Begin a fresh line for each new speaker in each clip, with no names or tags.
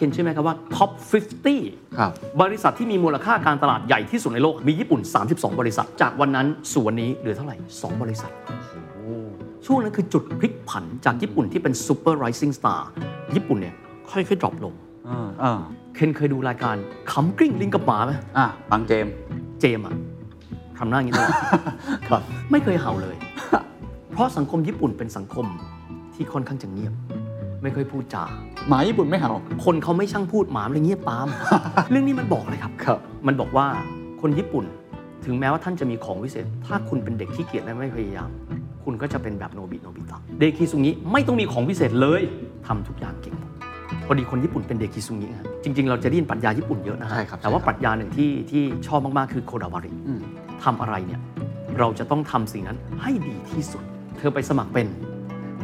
เห็นใช่ไหมครับว่า Top 50
ครับ
บริษัทที่มีมูลค่าการตลาดใหญ่ที่สุดในโลก มีญี่ปุ่น 32 บริษัท จากวันนั้นสู่วันนี้เหลือเท่าไหร่ 2 บริษัท ช่วงนั้นคือจุดพลิกผันจากญี่ปุ่นที่เป็น Super Rising Star ญี่ปุ่นเนี่ยค่อยๆ ดรอปลง
อ่าอ่า
เคนเคยดูรายการขำกริ้งลิงกับหมาไหม
อ่ะบางเจมส์
เจมส์อะทำหน้าอย่างนี้ตลอด
ครับ
ไม่เคยเห่าเลย เพราะสังคมญี่ปุ่นเป็นสังคมที่ค่อนข้างจะเงียบ ไม่ค่อยพูดจา
หมาญี่ปุ่นไม่เห่า
คนเขาไม่ช่างพูดหมามันเลยเงียบ ปาม เรื่องนี้มันบอกเลยครับ
ครับ
มันบอกว่าคนญี่ปุ่นถึงแม้ว่าท่านจะมีของวิเศษ ถ้าคุณเป็นเด็กขี้เกียจและไม่พยายาม คุณก็จะเป็นแบบโนบิโนบิตะเดคิซุงิไม่ต้องมีของวิเศษเลยทำทุกอย่างเก่งหมดพอดีคนญี่ปุ่นเป็นเดคิซุงิฮะจริง ๆ เราจะได้ยินปรัชญาญี่ปุ่นเยอะนะฮะ
ใช่ครับ
แต่ว่า
ใช่
ป
ครับ
รัชญาหนึ่งที่ที่ชอบมากๆคือโคดาวาริ
อืม
ทำอะไรเนี่ยเราจะต้องทำสิ่งนั้นให้ดีที่สุด เธอไปสมัครเป็น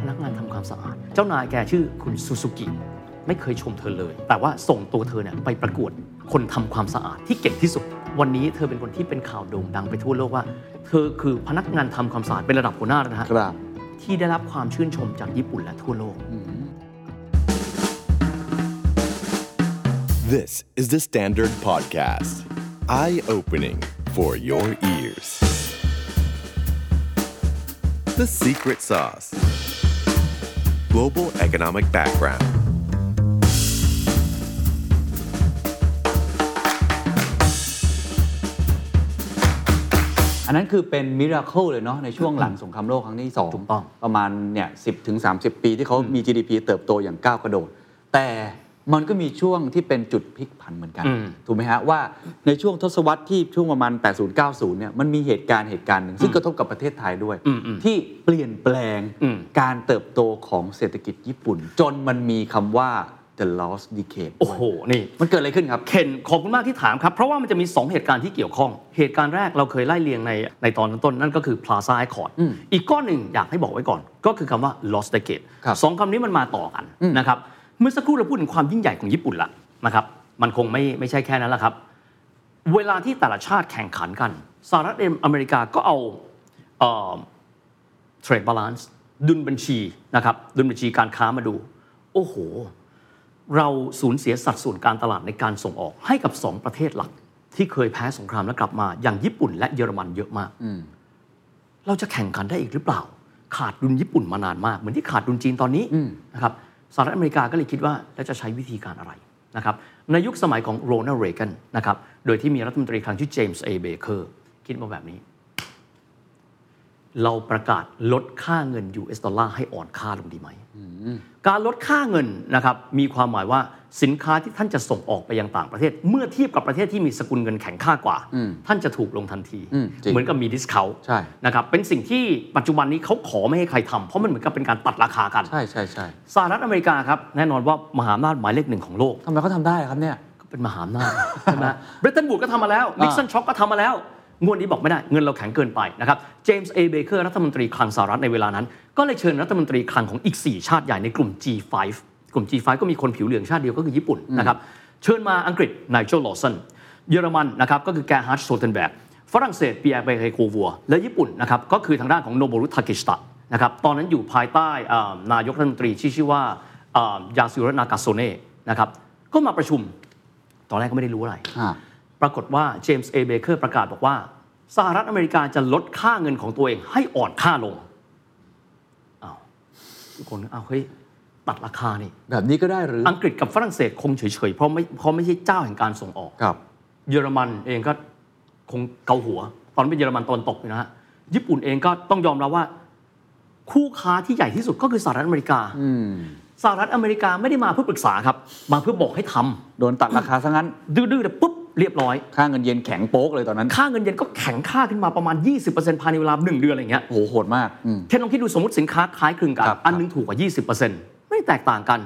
พนักงานทำความสะอาด เจ้านายแกชื่อคุณซูซูกิไม่เคยชมเธอเลย แต่ว่าส่งตัวเธอเนี่ยไปประกวดคนทำความสะอาดที่เก่งที่สุด วันนี้เธอเป็นคนที่เป็นข่าวโด่งดังไปทั่วโลกว่า เธอคือพนักงานทำความสะอาดเป็นระดับหัวหน้าแล้วนะฮะ
ครับ
ที่ได้รับความชื่นชมจากญี่ปุ่นและทั่วโลก
อืม
This is the Standard Podcast. Eye opening for your ears. The Secret Sauce Global Economic Background.
อันนั้นคือเป็นมิราเคิลเลยเนาะในช่วงหลังสงครามโลกครั้งที่สอง
ถูกต้อง
ประมาณเนี่ยสิถึง 30 ปีที่เขามี GDP เติบโตอย่างก้าวกระโดด แต่มันก็มีช่วงที่เป็นจุดพลิกผันเหมือนกัน
อืม
ถูกไหมฮะ ว่าในช่วงทศวรรษที่ช่วงประมาณ 80 90 เนี่ยมันมีเหตุการณ์เหตุการณ์หนึ่งซึ่งกระทบกับประเทศไทยด้วย
อืมอืม
ที่เปลี่ยนแปลง
อืม
การเติบโตของเศรษฐกิจญี่ปุ่น จนมันมีคำว่า the lost decade
โอ้โหนี่
มันเกิดอะไรขึ้นครับ
เคนขอบคุณมากที่ถามครับ เพราะว่ามันจะมี 2 เหตุการณ์ที่เกี่ยวข้อง เหตุการณ์แรกเราเคยไล่เรียงในในตอนต้นๆนั่นก็คือ Plaza Accord
อืม
อีกก้อนหนึ่งอยากให้บอกไว้ก่อน ก็คือคำว่า Lost Decade
ครับ
สองคำนี้มันมาต่อกัน
อืม
นะครับเมื่อสักครู่เราพูดถึงความยิ่งใหญ่ของญี่ปุ่นละนะครับมันคงไม่ไม่ใช่แค่นั้นละครับ เวลาที่แต่ละชาติแข่งขันกันสหรัฐอเมริกาก็เอาเอ่อ trade balance ดุลบัญชีนะครับดุลบัญชีการค้ามาดู โอ้โห เราสูญเสียสัดส่วนการตลาดในการส่งออกให้กับ 2 ประเทศหลัก ที่เคยแพ้สงครามแล้วกลับมา อย่างญี่ปุ่นและเยอรมันเยอะมาก
อืม
เราจะแข่งขันได้อีกหรือเปล่า ขาดดุลญี่ปุ่นมานานมาก เหมือนที่ขาดดุลจีนตอนนี้
อืม
นะครับสหรัฐอเมริกาก็เลยคิดว่าแล้วจะใช้วิธีการอะไรนะครับในยุคสมัยของโรนัลด์เรแกนนะครับโดยที่มีรัฐมนตรีคลังชื่อเจมส์เอเบเ e อร์คิดมาแบบนี้ เราประกาศลดค่าเงิน US ดอลลาร์ให้อ่อนค่าลงดีไหม การลดค่าเงินนะครับมีความหมายว่าสินค้าที่ท่านจะส่งออกไปยังต่างประเทศ เมื่อเทียบกับประเทศที่มีสกุลเงินแข็งค่ากว่า
อืม
ท่านจะถูกลงทันที
อืมจริง
เหมือนกับมีดิสเคา
ใช่
นะครับเป็นสิ่งที่ปัจจุบันนี้เขาขอไม่ให้ใครทำเพราะมันเหมือนกับเป็นการตัดราคากัน
ใช่ใช่ใช่
สหรัฐอเมริกาครับ แน่นอนว่ามหาอำนาจหมายเลขหนึ่งของโลก
ทำไมเขาทำได้ครับเนี่ย
ก็เป็นมหาอ ำนาจ ใช่ไหมเบรตันบูดก็ทำมาแล้วนิกสันช็อกก็ทำมาแล้ว งวดนี้บอกไม่ได้ เงินเราแข็งเกินไปนะครับเจมส์เอเบเกอร์รัฐมนตรีคลังสหรัฐในเวลานั้น ก็เลยเชิญรัฐมนตรีคลังของอีก 4 ชาติใหญ่ในกลุ่ม G5 กลุ่ม G5 ก็มีคนผิวเหลืองชาติเดียวก็คือญี่ปุ่นนะครับเชิญมาอังกฤษนายโจลอสันเยอรมันนะครับก็คือแกฮาร์ดโซเทนแบกฝรั่งเศสเปียร์เบเฮโควัว และญี่ปุ่นนะครับก็คือทางด้านของโนบุรุทาเกชิตะนะครับตอนนั้นอยู่ภายใต้อ่านายกรัฐมนตรีที่ชื่อว่าอ่ายาซิโรนากาโซเน่นะครับก็มาประชุม ตอนแรกก็ไม่ได้รู้อะไร
อ่า
ปรากฏว่าเจมส์เอเบเ e อร์ประกาศบอกว่า สหรัฐอเมริกาจะลดค่าเงินของตัวเองให้อ่อนค่าลงอ้าวทุกคนก็อ้าวเฮ้ยตัดราคานี่
แบบนี้ก็ได้หรือ
อังกฤษกับฝรั่งเศสคงเฉยๆ เพราะไม่เพราะไม่ใช่เจ้าแห่งการส่งออก
ครับ
เยอรมันเองก็คงเกาหัว ตอนนนเป็นเยอรมันตอนตกอยู่นะฮะ ญี่ปุ่นเองก็ต้องยอมรับว่า คู่ค้าที่ใหญ่ที่สุดก็คือสหรัฐอเมริกา
อืม
สหรัฐอเมริกาไม่ได้มาเพื่อปรึกษาครับ มาเพื่อบอกให้ทำ
โดนตัดราคาซะงั้น
ดื้อๆแต่ปุ๊บเรียบร้อย
ค่าเงินเยนแข็งโป๊กเลยตอนนั้น
ค่าเงินเยนก็แข็งค่าขึ้นมาประมาณ 20%ภายในเวลา 1 เดือนอะไรเงี้ย
โหโหดมากอืม
เทนลองคิดดูสมมติสินค้าคล้ายคลึงกัน
ครับ
อันหนึงถูกกว่า 20%ไม่แตกต่างกัน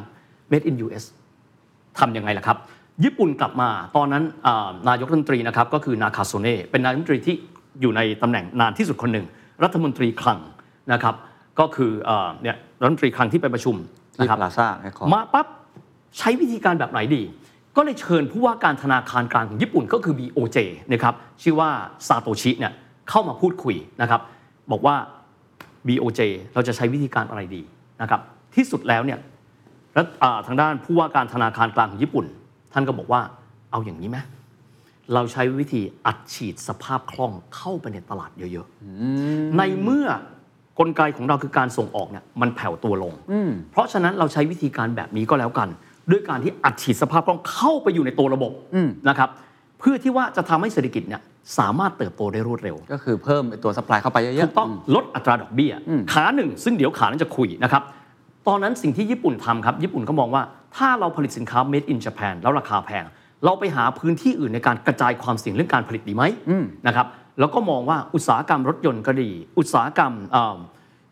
made in US ทำยังไงล่ะครับ ญี่ปุ่นกลับมาตอนนั้นอ่านายกรัฐมนตรีนะครับ ก็คือนาคาโซเน่เป็นนายกรัฐมนตรีที่อยู่ในตำแหน่งนานที่สุดคนหนึ่ง รัฐมนตรีคลังนะครับ ก็คืออ่าเนี่ยรัฐมนตรีคลังที่ไปประชุม
ที่
นะครับ
พลาซ่าไอคอน
มาปั๊บใช้วิธีการแบบไหนดี ก็เลยเชิญผู้ว่าการธนาคารกลางของญี่ปุ่นก็คือ BOJ นะครับชื่อว่าซาโตชิเนี่ยเข้ามาพูดคุยนะครับบอกว่า BOJ เราจะใช้วิธีการอะไรดีนะครับที่สุดแล้วเนี่ย และอ่าทางด้านผู้ว่าการธนาคารกลางของญี่ปุ่น ท่านก็บอกว่าเอาอย่างนี้ไหมเราใช้วิธีอัดฉีดสภาพคล่องเข้าไปในตลาดเยอะๆในเมื่อกลไกของเราคือการส่งออกเนี่ยมันแผ่วตัวลง เพราะฉะนั้นเราใช้วิธีการแบบนี้ก็แล้วกัน ด้วยการที่อัดฉีดสภาพคล่องเข้าไปอยู่ในตัวระบบนะครับเพื่อที่ว่าจะทำให้เศรษฐกิจเนี่ยสามารถเติบโตได้รวดเร็ว
ก็คือเพิ่มไอ้ตัวสป라이เข้าไปเยอะๆ
ถูกต้องลดอัตราดอกเบี้ย ขาหนึ่ง ซึ่งเดี๋ยวขานั้นจะคุยนะครับ ตอนนั้นสิ่งที่ญี่ปุ่นทำครับ ญี่ปุ่นก็มองว่าถ้าเราผลิตสินค้า made in Japan แล้วราคาแพง เราไปหาพื้นที่อื่นในการกระจายความเสี่ยงเรื่องการผลิตดีไหมนะครับแล้วก็มองว่าอุตสาหกรรมรถยนต์ก็ดี อุตสาหกรรมเอิ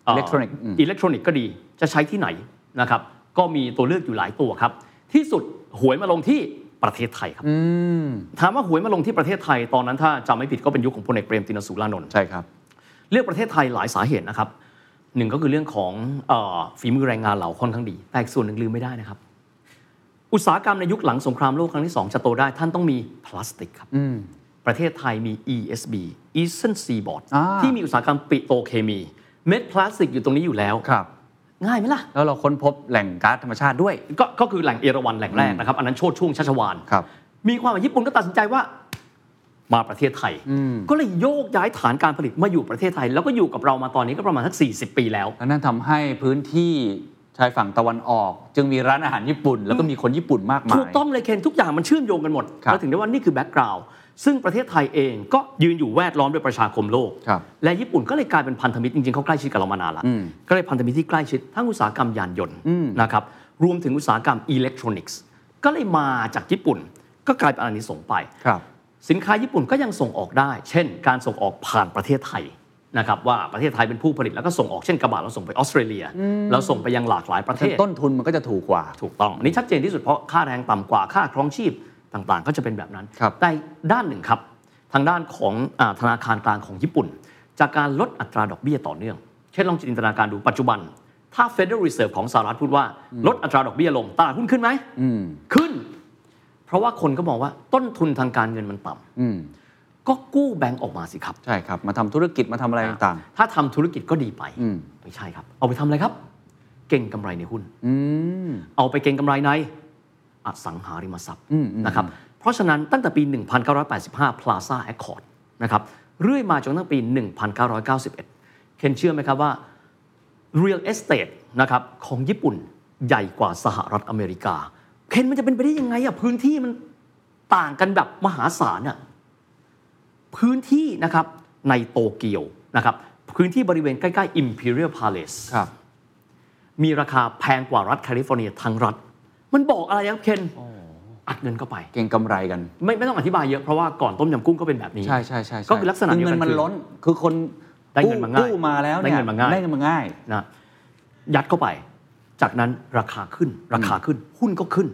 อิเล็กทรอนิกส์อืม
อิเล็กทรอนิกส์ก็ดีจะใช้ที่ไหนนะครับก็มีตัวเลือกอยู่หลายตัวครับ ที่สุดหวยมาลงที่ประเทศไทยครับถามว่าหวยมาลงที่ประเทศไทยตอนนั้นถ้าจำไม่ผิดก็เป็นยุคของพลเอกเปรมตินสุรานนท์
ใช่ครับ
เลือกประเทศไทยหลายสาเหตุนะครับหนึ่งก็คือเรื่องของเออฝีมือแรงงานเราค่อนข้างดี แต่อีกส่วนหนึ่งลืมไม่ได้นะครับ อุตสาหกรรมในยุคหลังสงครามโลกครั้งที่ 2 จะโตได้ท่านต้องมีพลาสติกครับประเทศไทยมี ESB Eastern Seaboard
อ่า
ที่มีอุตสาหกรรมปิโตรเคมีเม็ดพลาสติกอยู่ตรงนี้อยู่แล้ว
ครับ
ง่ายไหมล่ะ
แล้วเราค้นพบแหล่งก๊าซธรรมชาติด้วย
ก็ก็คือแหล่งเอราวัณแหล่งแรกนะครับ อันนั้นโชดช่วงชัชวาน
ครับ
มีความหมายญี่ปุ่นก็ตัดสินใจว่ามาประเทศไทย ก็เลยโยกย้ายฐานการผลิตมาอยู่ประเทศไทย แล้วก็อยู่กับเรามาตอนนี้ก็ประมาณสัก 40 ปีแล้ว
แล้วนั่นทำให้พื้นที่ชายฝั่งตะวันออก จึงมีร้านอาหารญี่ปุ่น แล้วก็มีคนญี่ปุ่นมากมาย
ถูกต้องเลยเคนทุกอย่างมันเชื่อมโยงกันหมด
ครับ
เราถึงได้ว่านี่คือแบ็กกราวด์ซึ่งประเทศไทยเองก็ยืนอยู่แวดล้อมด้วยประชาคมโลก
ครับ
และญี่ปุ่นก็เลยกลายเป็นพันธมิตรจริงๆเขาใกล้ชิดกับเรามานานละ
อืม
ก็เลยพันธมิตรที่ใกล้ชิดทั้งอุตสาหกรรมยานยนต์นะครับรวมถึงอุตสาหกรรมอิเล็กทรอนิกส์ก็เลยมาจากญี่ปุ่นก็กลายเป็นอานิสงส์ไป
ครับ
สินค้าญี่ปุ่นก็ยังส่งออกได้ เช่น การส่งออกผ่านประเทศไทยนะครับว่าประเทศไทยเป็นผู้ผลิตแล้วก็ส่งออกเช่นกระบะเราส่งไปออสเตรเลีย เราส่งไปยังหลากหลายประเทศ
ต้นทุนมันก็จะถูกกว่า
ถูกต้องอันนี้ชัดเจนที่สุดเพราะค่าแรงต่ำกว่าค่าครองชีพต่างๆ ก็จะเป็นแบบนั้น
ครับ
แต่ด้านหนึ่งครับ ทางด้านของอาธนาคารกลางของญี่ปุ่น จากการลดอัตราดอกเบี้ยต่อเนื่อง เช่นลองจินตนาการดูปัจจุบัน ถ้า Federal Reserve ของสหรัฐพูดว่า ลดอัตราดอกเบี้ยลงตลาดหุ้นขึ้นไหมขึ้น เพราะว่าคนก็มองว่าต้นทุนทางการเงินมันต่ำ
อืม
ก็กู้แบงก์ออกมาสิครับ
ใช่ครับ มาทำธุรกิจมาทำอะไรต่าง
ถ้าทำธุรกิจก็ดีไป
อืม
ไม่ใช่ครับ เอาไปทำอะไรครับ เก่งกำไรในหุ้น
ๆ อืม
เอาไปเก็งกำไรในอสังหาริมทรัพย์
อืมอืม
นะครับ เพราะฉะนั้นตั้งแต่ปี 1985 Plaza Accord นะครับ เรื่อยมาจนตั้งปี 1991 เคนเชื่อไหมครับว่า Real Estate นะครับของญี่ปุ่นใหญ่กว่าสหรัฐอเมริกา เคนมันจะเป็นไปได้ยังไงอะพื้นที่มันต่างกันแบบมหาศาลอะ พื้นที่นะครับในโตเกียวนะครับพื้นที่บริเวณใกล้ๆ Imperial Palace
ครับ
มีราคาแพงกว่ารัฐแคลิฟอร์เนียทั้งรัฐ มันบอกอะไรครับเคนอัดเงินเข้าไป
เก่งกำไรกัน
ไม่ไม่ต้องอธิบายเยอะเพราะว่าก่อนต้มยำกุ้งก็เป็นแบบนี้
ใช่ใช่ใช่ใช่
ก็คือลักษณะ
เงิน
เดียวกัน
มัน
คือ
ล้น คือคน
ได้เงินมาง่าย
กู้มาแล้ว
ได้
เนี่ย
เงินมาง่าย
ได้เงินมาง่าย
นะยัดเข้าไป จากนั้นราคาขึ้น ราคาขึ้น หุ้นก็ขึ้น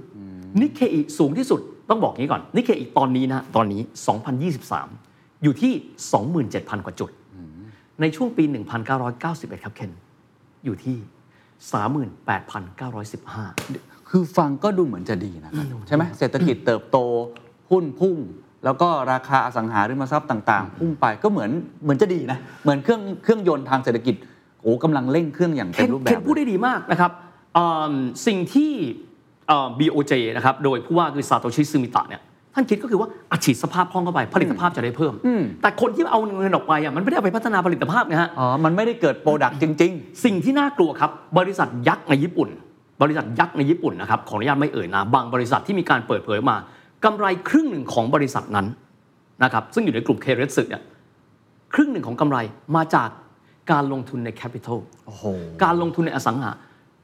นิเคอีสูงที่สุดต้องบอกงี้ก่อน นิเคอีตอนนี้นะ ตอนนี้ 2023 อยู่ที่ 27,000 กว่าจุด ในช่วงปี 1991 ครับเคน อยู่ที่ 38,915
คือฟังก็ดูเหมือนจะดีนะครับใช่ไหมเศรษฐกิจเติบโตหุ้นพุ่ง แล้วก็ราคาอสังหาริมทรัพย์ต่างๆ พุ่งไปก็เหมือนเหมือนจะดีนะ เหมือนเครื่องเครื่องยนต์ทางเศรษฐกิจโอ้กำลังเร่งเครื่องอย่างเต็มรูปแบ
เคน
บ
เคนพูดได้ดีมากนะครับอืมสิ่งที่เอ่อ BOJ นะครับโดยผู้ว่าคือซาโตชิซึมิตะเนี่ยท่านคิดก็คือว่าอัดฉีดสภาพคล่องเข้าไป ผลิตภาพจะได้เพิ่ม
อืม
แต่คนที่เอาเงินออกไปอ่ะมันไม่ได้เอาไปพัฒนาผลิตภาพนะฮะ
อ๋อ มันไม่ได้เกิดโปรดักต์จริง
สิ่งที่น่ากลัวครับ บริษัทยักษ์ในญี่ปุ่น บริษัทยักษ์ในญี่ปุ่นนะครับขออนุญาตไม่เอ่ยนามบางบริษัทที่มีการเปิดเผยมากำไรครึ่งหนึ่งของบริษัทนั้นนะครับซึ่งอยู่ในกลุ่มเคเรสึเนี่ยครึ่งหนึ่งของกำไรมาจากการลงทุนในแคปิตอล
ๆ โอ้โห
การลงทุนในอสังหา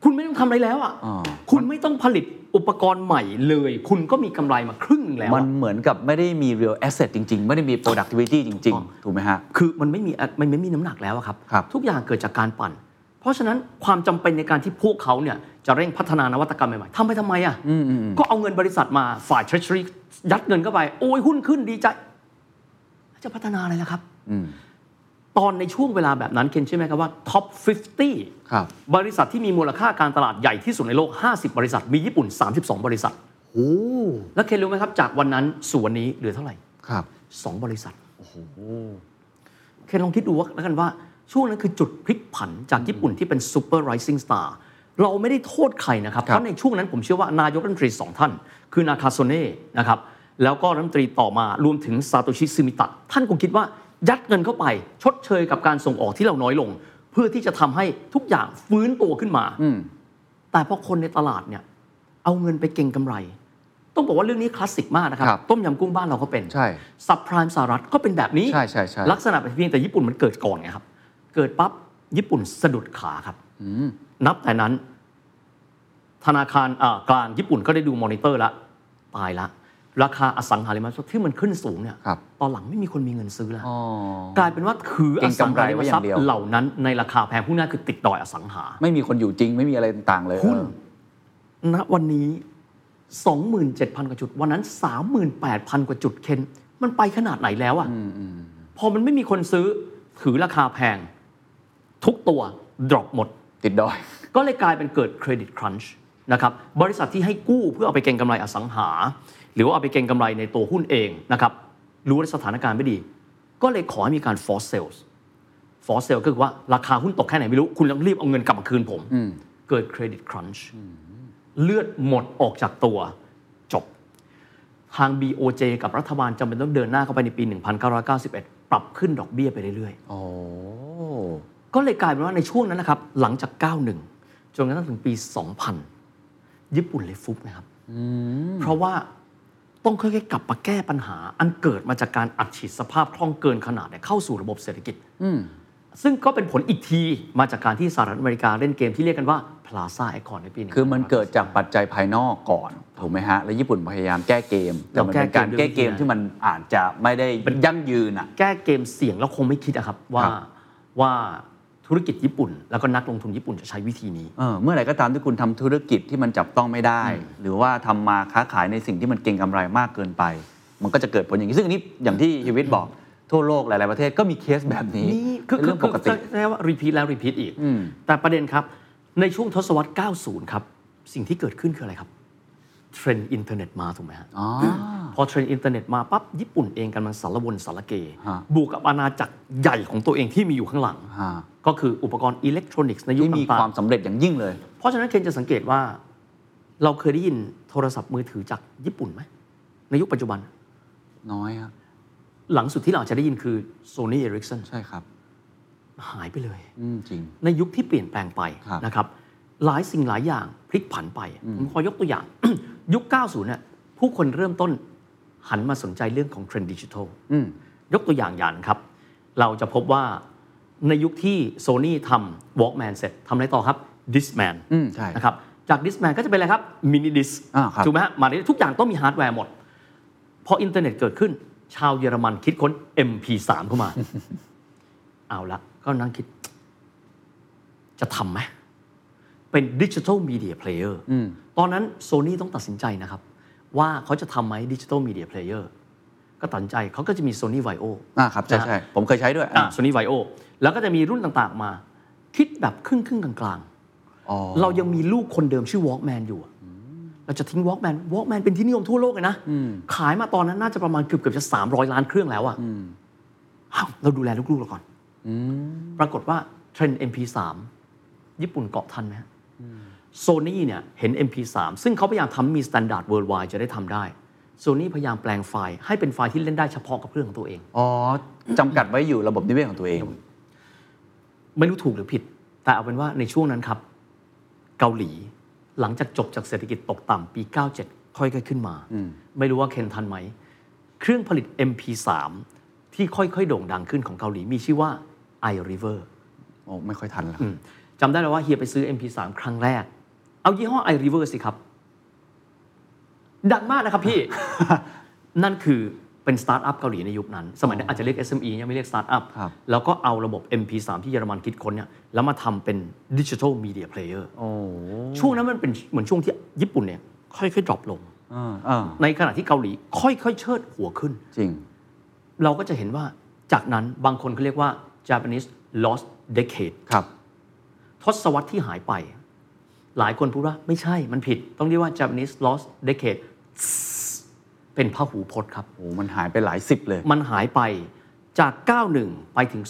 คุณไม่ต้องทำอะไรแล้วอ่ะ
อ่า
คุณไม่ต้องผลิตอุปกรณ์ใหม่เลย คุณก็มีกำไรมาครึ่งหนึ่งแล้ว
มัน
อะ
เหมือนกับไม่ได้มี real asset จริง ๆ ไม่ได้มี productivity จ
ถู
ริ
กต้
ง
อง
ๆ ถูกไหมฮะ
คือมันไม่มีมันไม่มีน้ำหนักแล้วอะครับ
ครับ
ทุกอย่างเกิดจากการปั่น เพราะฉะนั้นความจำเป็นในการที่พวกเขาเนี่ยจะเร่งพัฒนานวัตกรรมใหม่ๆทำไปทำไมอ่ะ ก็เอาเงินบริษัทมาฝ่าย treasury ยัดเงินเข้าไป โอ้ยหุ้นขึ้นดีใจ จะพัฒนาอะไรล่ะครับ
อืม
ตอนในช่วงเวลาแบบนั้นเคนใช่อไหมครับว่า top 50
ครับ
บริษัทที่มีมูลค่าการตลาดใหญ่ที่สุดในโลก 50 บริษัท มีญี่ปุ่น 32 บริษัท
โอ้
แล้วเคนรู้ไหมครับ จากวันนั้นสู่วันนี้เหลือเท่าไหร่
ครับ
2 บริษัท เคนลองคิดดูว่าแล้วกันว่า ช่วงนั้นคือจุดพลิกผันจากญี่ปุ่นที่เป็น super rising star เราไม่ได้โทษใครนะครับ
ครับ
เพราะในช่วงนั้นผมเชื่อว่านายกรัฐมนตรีสองท่าน คือนาคาโซเน่นะครับแล้วก็รัฐมนตรีต่อมารวมถึงซาโตชิซึมิตะ ท่านคงคิดว่ายัดเงินเข้าไป ชดเชยกับการส่งออกที่เราน้อยลง เพื่อที่จะทำให้ทุกอย่างฟื้นตัวขึ้นมา
อืม
แต่พอคนในตลาดเนี่ยเอาเงินไปเก็งกำไร ต้องบอกว่าเรื่องนี้คลาสสิกมากนะครับ
ครับ
ต้มยำกุ้งบ้านเราก็เป็น
ใช่
ซับไพรามสหรัฐก็เป็นแบบนี้
ใช่ใช่ใช่
ลักษณะเป็นเพียงแต่ญี่ปุ่นมันเกิดก่อนไงครับ เกิดปั๊บ ญี่ปุ่นสะดุดขาครับ
อืม
นับแต่นั้น ธนาคารอ่ากลางญี่ปุ่นก็ได้ดูมอนิเตอร์ละตายละ ราคาอสังหาริมทรัพย์ที่มันขึ้นสูงเนี่ย
ครับ
ตอนหลังไม่มีคนมีเงินซื้อแล้ว
อ๋อ
กลายเป็นว่าถืออ
เก็ง
สัง
กำไร
หาริมทรัพ
ไว้อย่างเดี
ย์
ยว
เหล่านั้นในราคาแพงพวกนั้นคือติดดอยอสังหา
ไม่มีคนอยู่จริงไม่มีอะไรต่างๆเลย
หุ้น
เออ
ณวันนี้ 27,000 กว่าจุด วันนั้น 38,000 กว่าจุดเคนมันไปขนาดไหนแล้วอะ
อืมอืม
พอมันไม่มีคนซื้อถือราคาแพง ทุกตัวดรอปหมด
ติดดอย
ก็เลยกลายเป็นเกิดเครดิตครันช์นะครับบริษัทที่ให้กู้เพื่อเอาไปเก็งกำไรอสังหา หรือว่าเอาไปเก็งกำไรในตัวหุ้นเองนะครับรู้ว่าสถานการณ์ไม่ดี ก็เลยขอให้มีการ force sales force sale ก็คือว่าราคาหุ้นตกแค่ไหนไม่รู้ คุณต้องรีบเอาเงินกลับมาคืนผม
อืม
เกิดเครดิตครันช์เลือดหมดออกจากตัวจบ ทาง BOJ กับรัฐบาลจำเป็นต้องเดินหน้าเข้าไปในปี 1991 ปรับขึ้นดอกเบี้ยไปเรื่อย
โอ้
ๆ ก็เลยกลายเป็นว่าในช่วงนั้นนะครับ หลังจาก 91 จนกระทั่งถึงปี 2000 ญี่ปุ่นเลยฟุบนะครับ
อืม
เพราะว่าต้องค่อยๆ กลับมาแก้ปัญหา อันเกิดมาจากการอัดฉีดสภาพคล่องเกินขนาดเนี่ยเข้าสู่ระบบเศรษฐกิจ
อืม
ซึ่งก็เป็นผลอีกทีมาจากการที่สหรัฐอเมริกาเล่นเกมที่เรียกกันว่า Plaza Accord ในปี1991
คือมันเกิดจากปัจจัยภายนอกก่อน ถูกไหมฮะ แล้วญี่ปุ่นพยายามแก้เกม แต่มันเป็นการ
เราแก้
แก้
เก
เก
ม
ม
ด้วยวิธีไหน
ที่มันอาจจะไม่ได้ยั่งยืนอ่ะ
แก้เกมเสี่ยงแล้วคงไม่คิดอะครับว่า
ครับ
ว่าธุรกิจญี่ปุ่น แล้วก็นักลงทุนญี่ปุ่นจะใช้วิธีนี้
เออเมื่อไหร่ก็ตามที่คุณทำธุรกิจที่มันจับต้องไม่ได้ หรือว่าทำมาค้าขายในสิ่งที่มันเก็งกำไรมากเกินไป มันก็จะเกิดผลอย่างนี้ ซึ่งอันนี้อย่างที่ฮิวิตบอกทั่วโลกหลาย ๆ ประเทศก็มีเคสแบบนี้
นี่คือ
เป็
คื
นเรื่
อ
องปกติ
เรียกว่ารีพีทแล้วรีพีทอีก
อืม
แต่ประเด็นครับ ในช่วงทศวรรษ 90 ครับ สิ่งที่เกิดขึ้นคืออะไรครับเทรนด์อินเทอร์เน็ตมาถูกไหมฮะ
อ๋อ
พอเทรนด์อินเทอร์เน็ตมาปั๊บ ญี่ปุ่นเองกำลังสารวนสารเก
ฮะ
บวกกับอาณาจักรใหญ่ของตัวเองที่มีอยู่ข้างหลัง
ฮะ
ก็คืออุปกรณ์อิเล็กทรอนิกส์ในยุค
ที่มี
ต่าง
ความสำเร็จอย่างยิ่งเลย
ๆเพราะฉะนั้นเคนจะสังเกตว่าเราเคยได้ยินโทรศัพท์มือถือจากญี่ปุ่นไหมในยุคปัจจุบัน
น้อยครับ
หลังสุดที่เราอาจจะได้ยินคือ Sony Ericsson
ใช่ครับ
หายไปเลย
อืมจริง
ในยุคที่เปลี่ยนแปลงไป
ครับ
นะครับ หลายสิ่งหลายอย่างพลิกผันไป ผมขอยกตัวอย่าง ยุค 90เนี่ยผู้คนเริ่มต้นหันมาสนใจเรื่องของเทรนด์ดิจิทัล
อืม
ยกตัวอย่างอย่างนะครับ เราจะพบว่าในยุคที่โซ n y ทำ Walkman เสร็จทำอะไรต่อครับ Discman
อืมใช่
นะครับจาก Discman ก็จะเป็นอะไรครับ Mini Disc
อ่าครับ
ถูกไหมฮะมาในทุกอย่างต้องมีฮาร์ดแวร์หมด พออินเทอร์เน็ตเกิดขึ้น ชาวเยอรมันคิดค้น MP3 เข้า มา เอาละก็นั่งคิด จะทำไหม เป็นดิจิทัลมีเดียเพลเยอร์
อืม
ตอนนั้นโซ n y ต้องตัดสินใจนะครับ ว่าเขาจะทำไหมดิจิทัลมีเดียเพลเยอร์ก็ตัดสินใจเขาก็จะมี Sony VAIO
อ่าครับ ใช่ใช่ผมเคยใช้ด้วยอ่ะ
โซนี่ไวโอแล้วก็จะมีรุ่นต่างๆมา คิดแบบครึ่งครึ่งๆกลางๆ
อ๋อ
เรายังมีลูกคนเดิมชื่อ Walkman อยู่อะเราจะทิ้ง Walkman Walkman เป็นที่นิยมทั่วโลกเลยนะ ขายมาตอนนั้นน่าจะประมาณเกือบเกือบๆจะ 300 ล้านเครื่องแล้วอะอ้าวเราดูแลลูกๆเราก่อน ปรากฏว่าเทรนด์ MP3 ญี่ปุ่นเกาะทันไหมฮะโซนี่เนี่ยเห็น MP3 ซึ่งเขาพยายามทำให้มี Standard Worldwide จะได้ทำได้โซนี่พยายามแปลงไฟล์ให้เป็นไฟล์ที่เล่นได้เฉพาะกับเครื่องของตัวเอง
อ๋อจำกัดไว้อยู่ระบบนิเวศของตัวเอง
ไม่รู้ถูกหรือผิด แต่เอาเป็นว่าในช่วงนั้นครับ เกาหลี หลังจากจบจากเศรษฐกิจตกต่ำปี 97 ค่อยๆขึ้นมา ไม่รู้ว่าเคนทันไหม เครื่องผลิต MP3 ที่ค่อยๆ โด่งดังขึ้นของเกาหลีมีชื่อว่า iRiver
โอ้ไม่ค่อยทันแล้ว
จำได้แล้วว่าเฮียไปซื้อ MP3 ครั้งแรก เอายี่ห้อ iRiver สิครับ ดังมากนะครับพี่ นั่นคือเป็นสตาร์ทอัพเกาหลีในยุคนั้น สมัยนั้นอาจจะเรียก SME ยังไม่เรียกสตาร์ทอัพ
ครับ
แล้วก็เอาระบบ MP3 ที่เยอรมันคิดค้นเนี่ย แล้วมาทำเป็นดิจิทัลมีเดียเพลเยอร์
โอ้
ช่วงนั้นมันเป็นเหมือนช่วงที่ญี่ปุ่นเนี่ยค่อยๆ ดรอปลง
เออเออ
ในขณะที่เกาหลีค่อยๆ เชิดหัวขึ้น
จริง
เราก็จะเห็นว่าจากนั้นบางคนเขาเรียกว่า Japanese lost decade
ครับ
ทศวรรษที่หายไป หลายคนพูดว่าไม่ใช่มันผิด ต้องเรียกว่า Japanese lost decade เป็นพหูพจน์ครับ
โอ้มันหายไปหลายสิบเลย
มันหายไปจาก 91 ไปถึง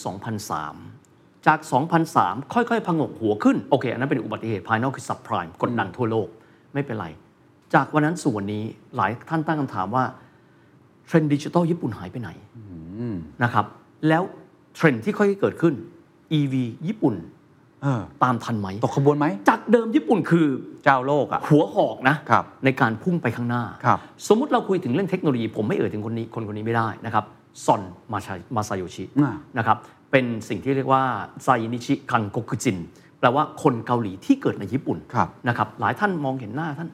2003 จาก 2003 ค่อยๆ พงกหัวขึ้น โอเค อันนั้นเป็นอุบัติเหตุภายนอกคือ subprime กดดันทั่วโลก ไม่เป็นไร จากวันนั้นสู่วันนี้หลายท่านตั้งคำถามว่า เทรนด์ดิจิทัลญี่ปุ่นหายไปไหนนะครับ แล้วเทรนด์ที่ค่อยๆเกิดขึ้น EV ญี่ปุ่น
เออ
ตามทันไหม
ตกขบวนไหม
จากเดิมญี่ปุ่นคือ
เจ้าโลกอ่ะ
หัวหอกนะครับ ในการพุ่งไปข้างหน้า
ครับ
สมมุติเราคุยถึงเรื่องเทคโนโลยี ผมไม่เอ่ยถึงคนนี้คนคนนี้ไม่ได้นะครับซอนมาชามาซาโยชิ
อ่า
นะครับเป็นสิ่งที่เรียกว่าไซนิชิคังโกคุจินแปลว่าคนเกาหลีที่เกิดในญี่ปุ่น
ครับ
นะครับหลายท่านมองเห็นหน้าท่าน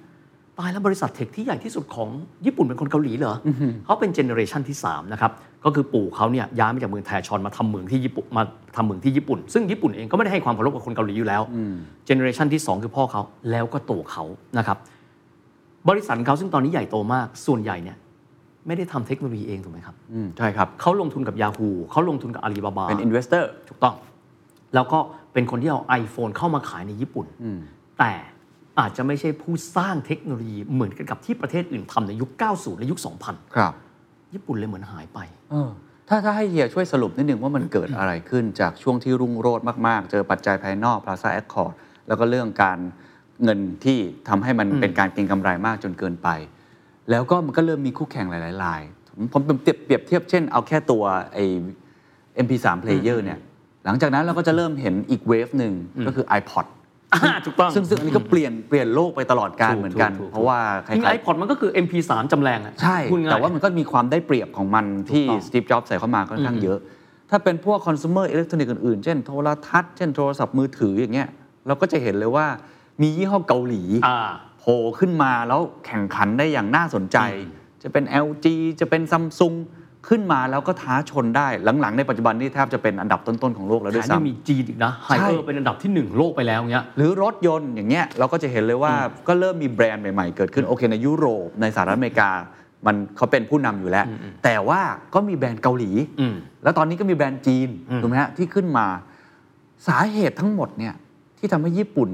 ตายแล้วบริษัทเทคที่ใหญ่ที่สุดของญี่ปุ่นเป็นคนเกาหลีเหรออเขาเป็นเจเนอเรชันที่3นะครับก็คือปู่เขาเนี่ยย้ายมาจากเมืองแทชอนมาทำเมืองที่ญี่ปุ่นมาทำเมืองที่ญี่ปุ่น ซึ่งญี่ปุ่นเองก็ไม่ได้ให้ความเคารพกับคนเกาหลีอยู่แล้ว เจเนอเรชันที่ 2 คือพ่อเขาแล้วก็ตัวเขานะครับ บริษัทเขาซึ่งตอนนี้ใหญ่โตมาก ส่วนใหญ่เนี่ยไม่ได้ทำเทคโนโลยีเองถูกไหมครับ
อืมใช่ครับ
เขาลงทุนกับ Yahoo เขาลงทุนกับ Alibaba
เป็น investor
ถูกต้อง แล้วก็เป็นคนที่เอา iPhone เข้ามาขายในญี่ปุ่น แต่อาจจะไม่ใช่ผู้สร้างเทคโนโลยีเหมือนกันกับที่ประเทศอื่นทำในยุค 90 และยุค
ครับ
2000 ญี่ปุ่นเลยเหมือนหายไป
เออถ้าถ้าให้เฮียช่วยสรุปนิดนึงว่ามันเกิดอะไรขึ้นจากช่วงที่รุ่งโรจน์มาก ๆ เจอปัจจัยภายนอก Plaza Accord แล้วก็เรื่องการเงินที่ทำให้มันเป็นการเก็งกำไรมากจนเกินไป แล้วก็มันก็เริ่มมีคู่แข่งหลายๆรายผมผมผมเปรียบเปรียบเทียบเช่นเอาแค่ตัวไอ้ MP3 player เนี่ยหลังจากนั้นเราก็จะเริ่มเห็นอีกเวฟหนึ่งก็คือ iPod
ถูกต้อง
ซึ่งซึ่งอันนี้ก็เปลี่ยนเปลี่ยนโลกไปตลอดการเหมือนกัน
ถูกถูกถูก
เพราะว่าใคร
จริง
ๆ
ไอพอดมันก็คือ MP3 จำแรงอะ
ใช่
พูดง่ย
แต่ว่ามันก็มีความได้เปรียบของมันที่
ถูกต้อง
สตีฟจ็อบส์ใส่เข้ามาค่อนข้างเยอะ ถ้าเป็นพวกคอน sumer อิเล็กทรอนิกส์อื่นๆ เช่นโทรทัศน์ เช่นโทรศัพท์มือถืออย่างเงี้ย เราก็จะเห็นเลยว่ามียี่ห้อเกาหลี
อ่า
โผล่ขึ้นมาแล้วแข่งขันได้อย่างน่าสนใจ จะเป็น LG จะเป็นซัมซุงขึ้นมาแล้วก็ท้าชนได้ หลังๆ ในปัจจุบันนี่แทบจะเป็นอันดับต้นๆของโลกแล้วด้
แถม
วย
ยั
ซ้ำ
งมีจีนอีกนะไฮเออ
ใช่
ร์เป็นอันดับที่หนึ่งโลกไปแล้วเงี้ย
หรือรถยนต์อย่างเงี้ยเราก็จะเห็นเลยว่าก็เริ่มมีแบรนด์ใหม่ๆ เกิดขึ้นโอเคในยุโรปในสหรัฐอเมริกา มันเขาเป็นผู้นำอยู่แล้ว แต่ว่าก็มีแบรนด์เกาหลี
อืม
แล้วตอนนี้ก็มีแบรนด์จีน
อืม
ถูกไหมฮะที่ขึ้นมาสาเหตุทั้งหมดเนี่ยที่ทำให้ญี่ปุ่น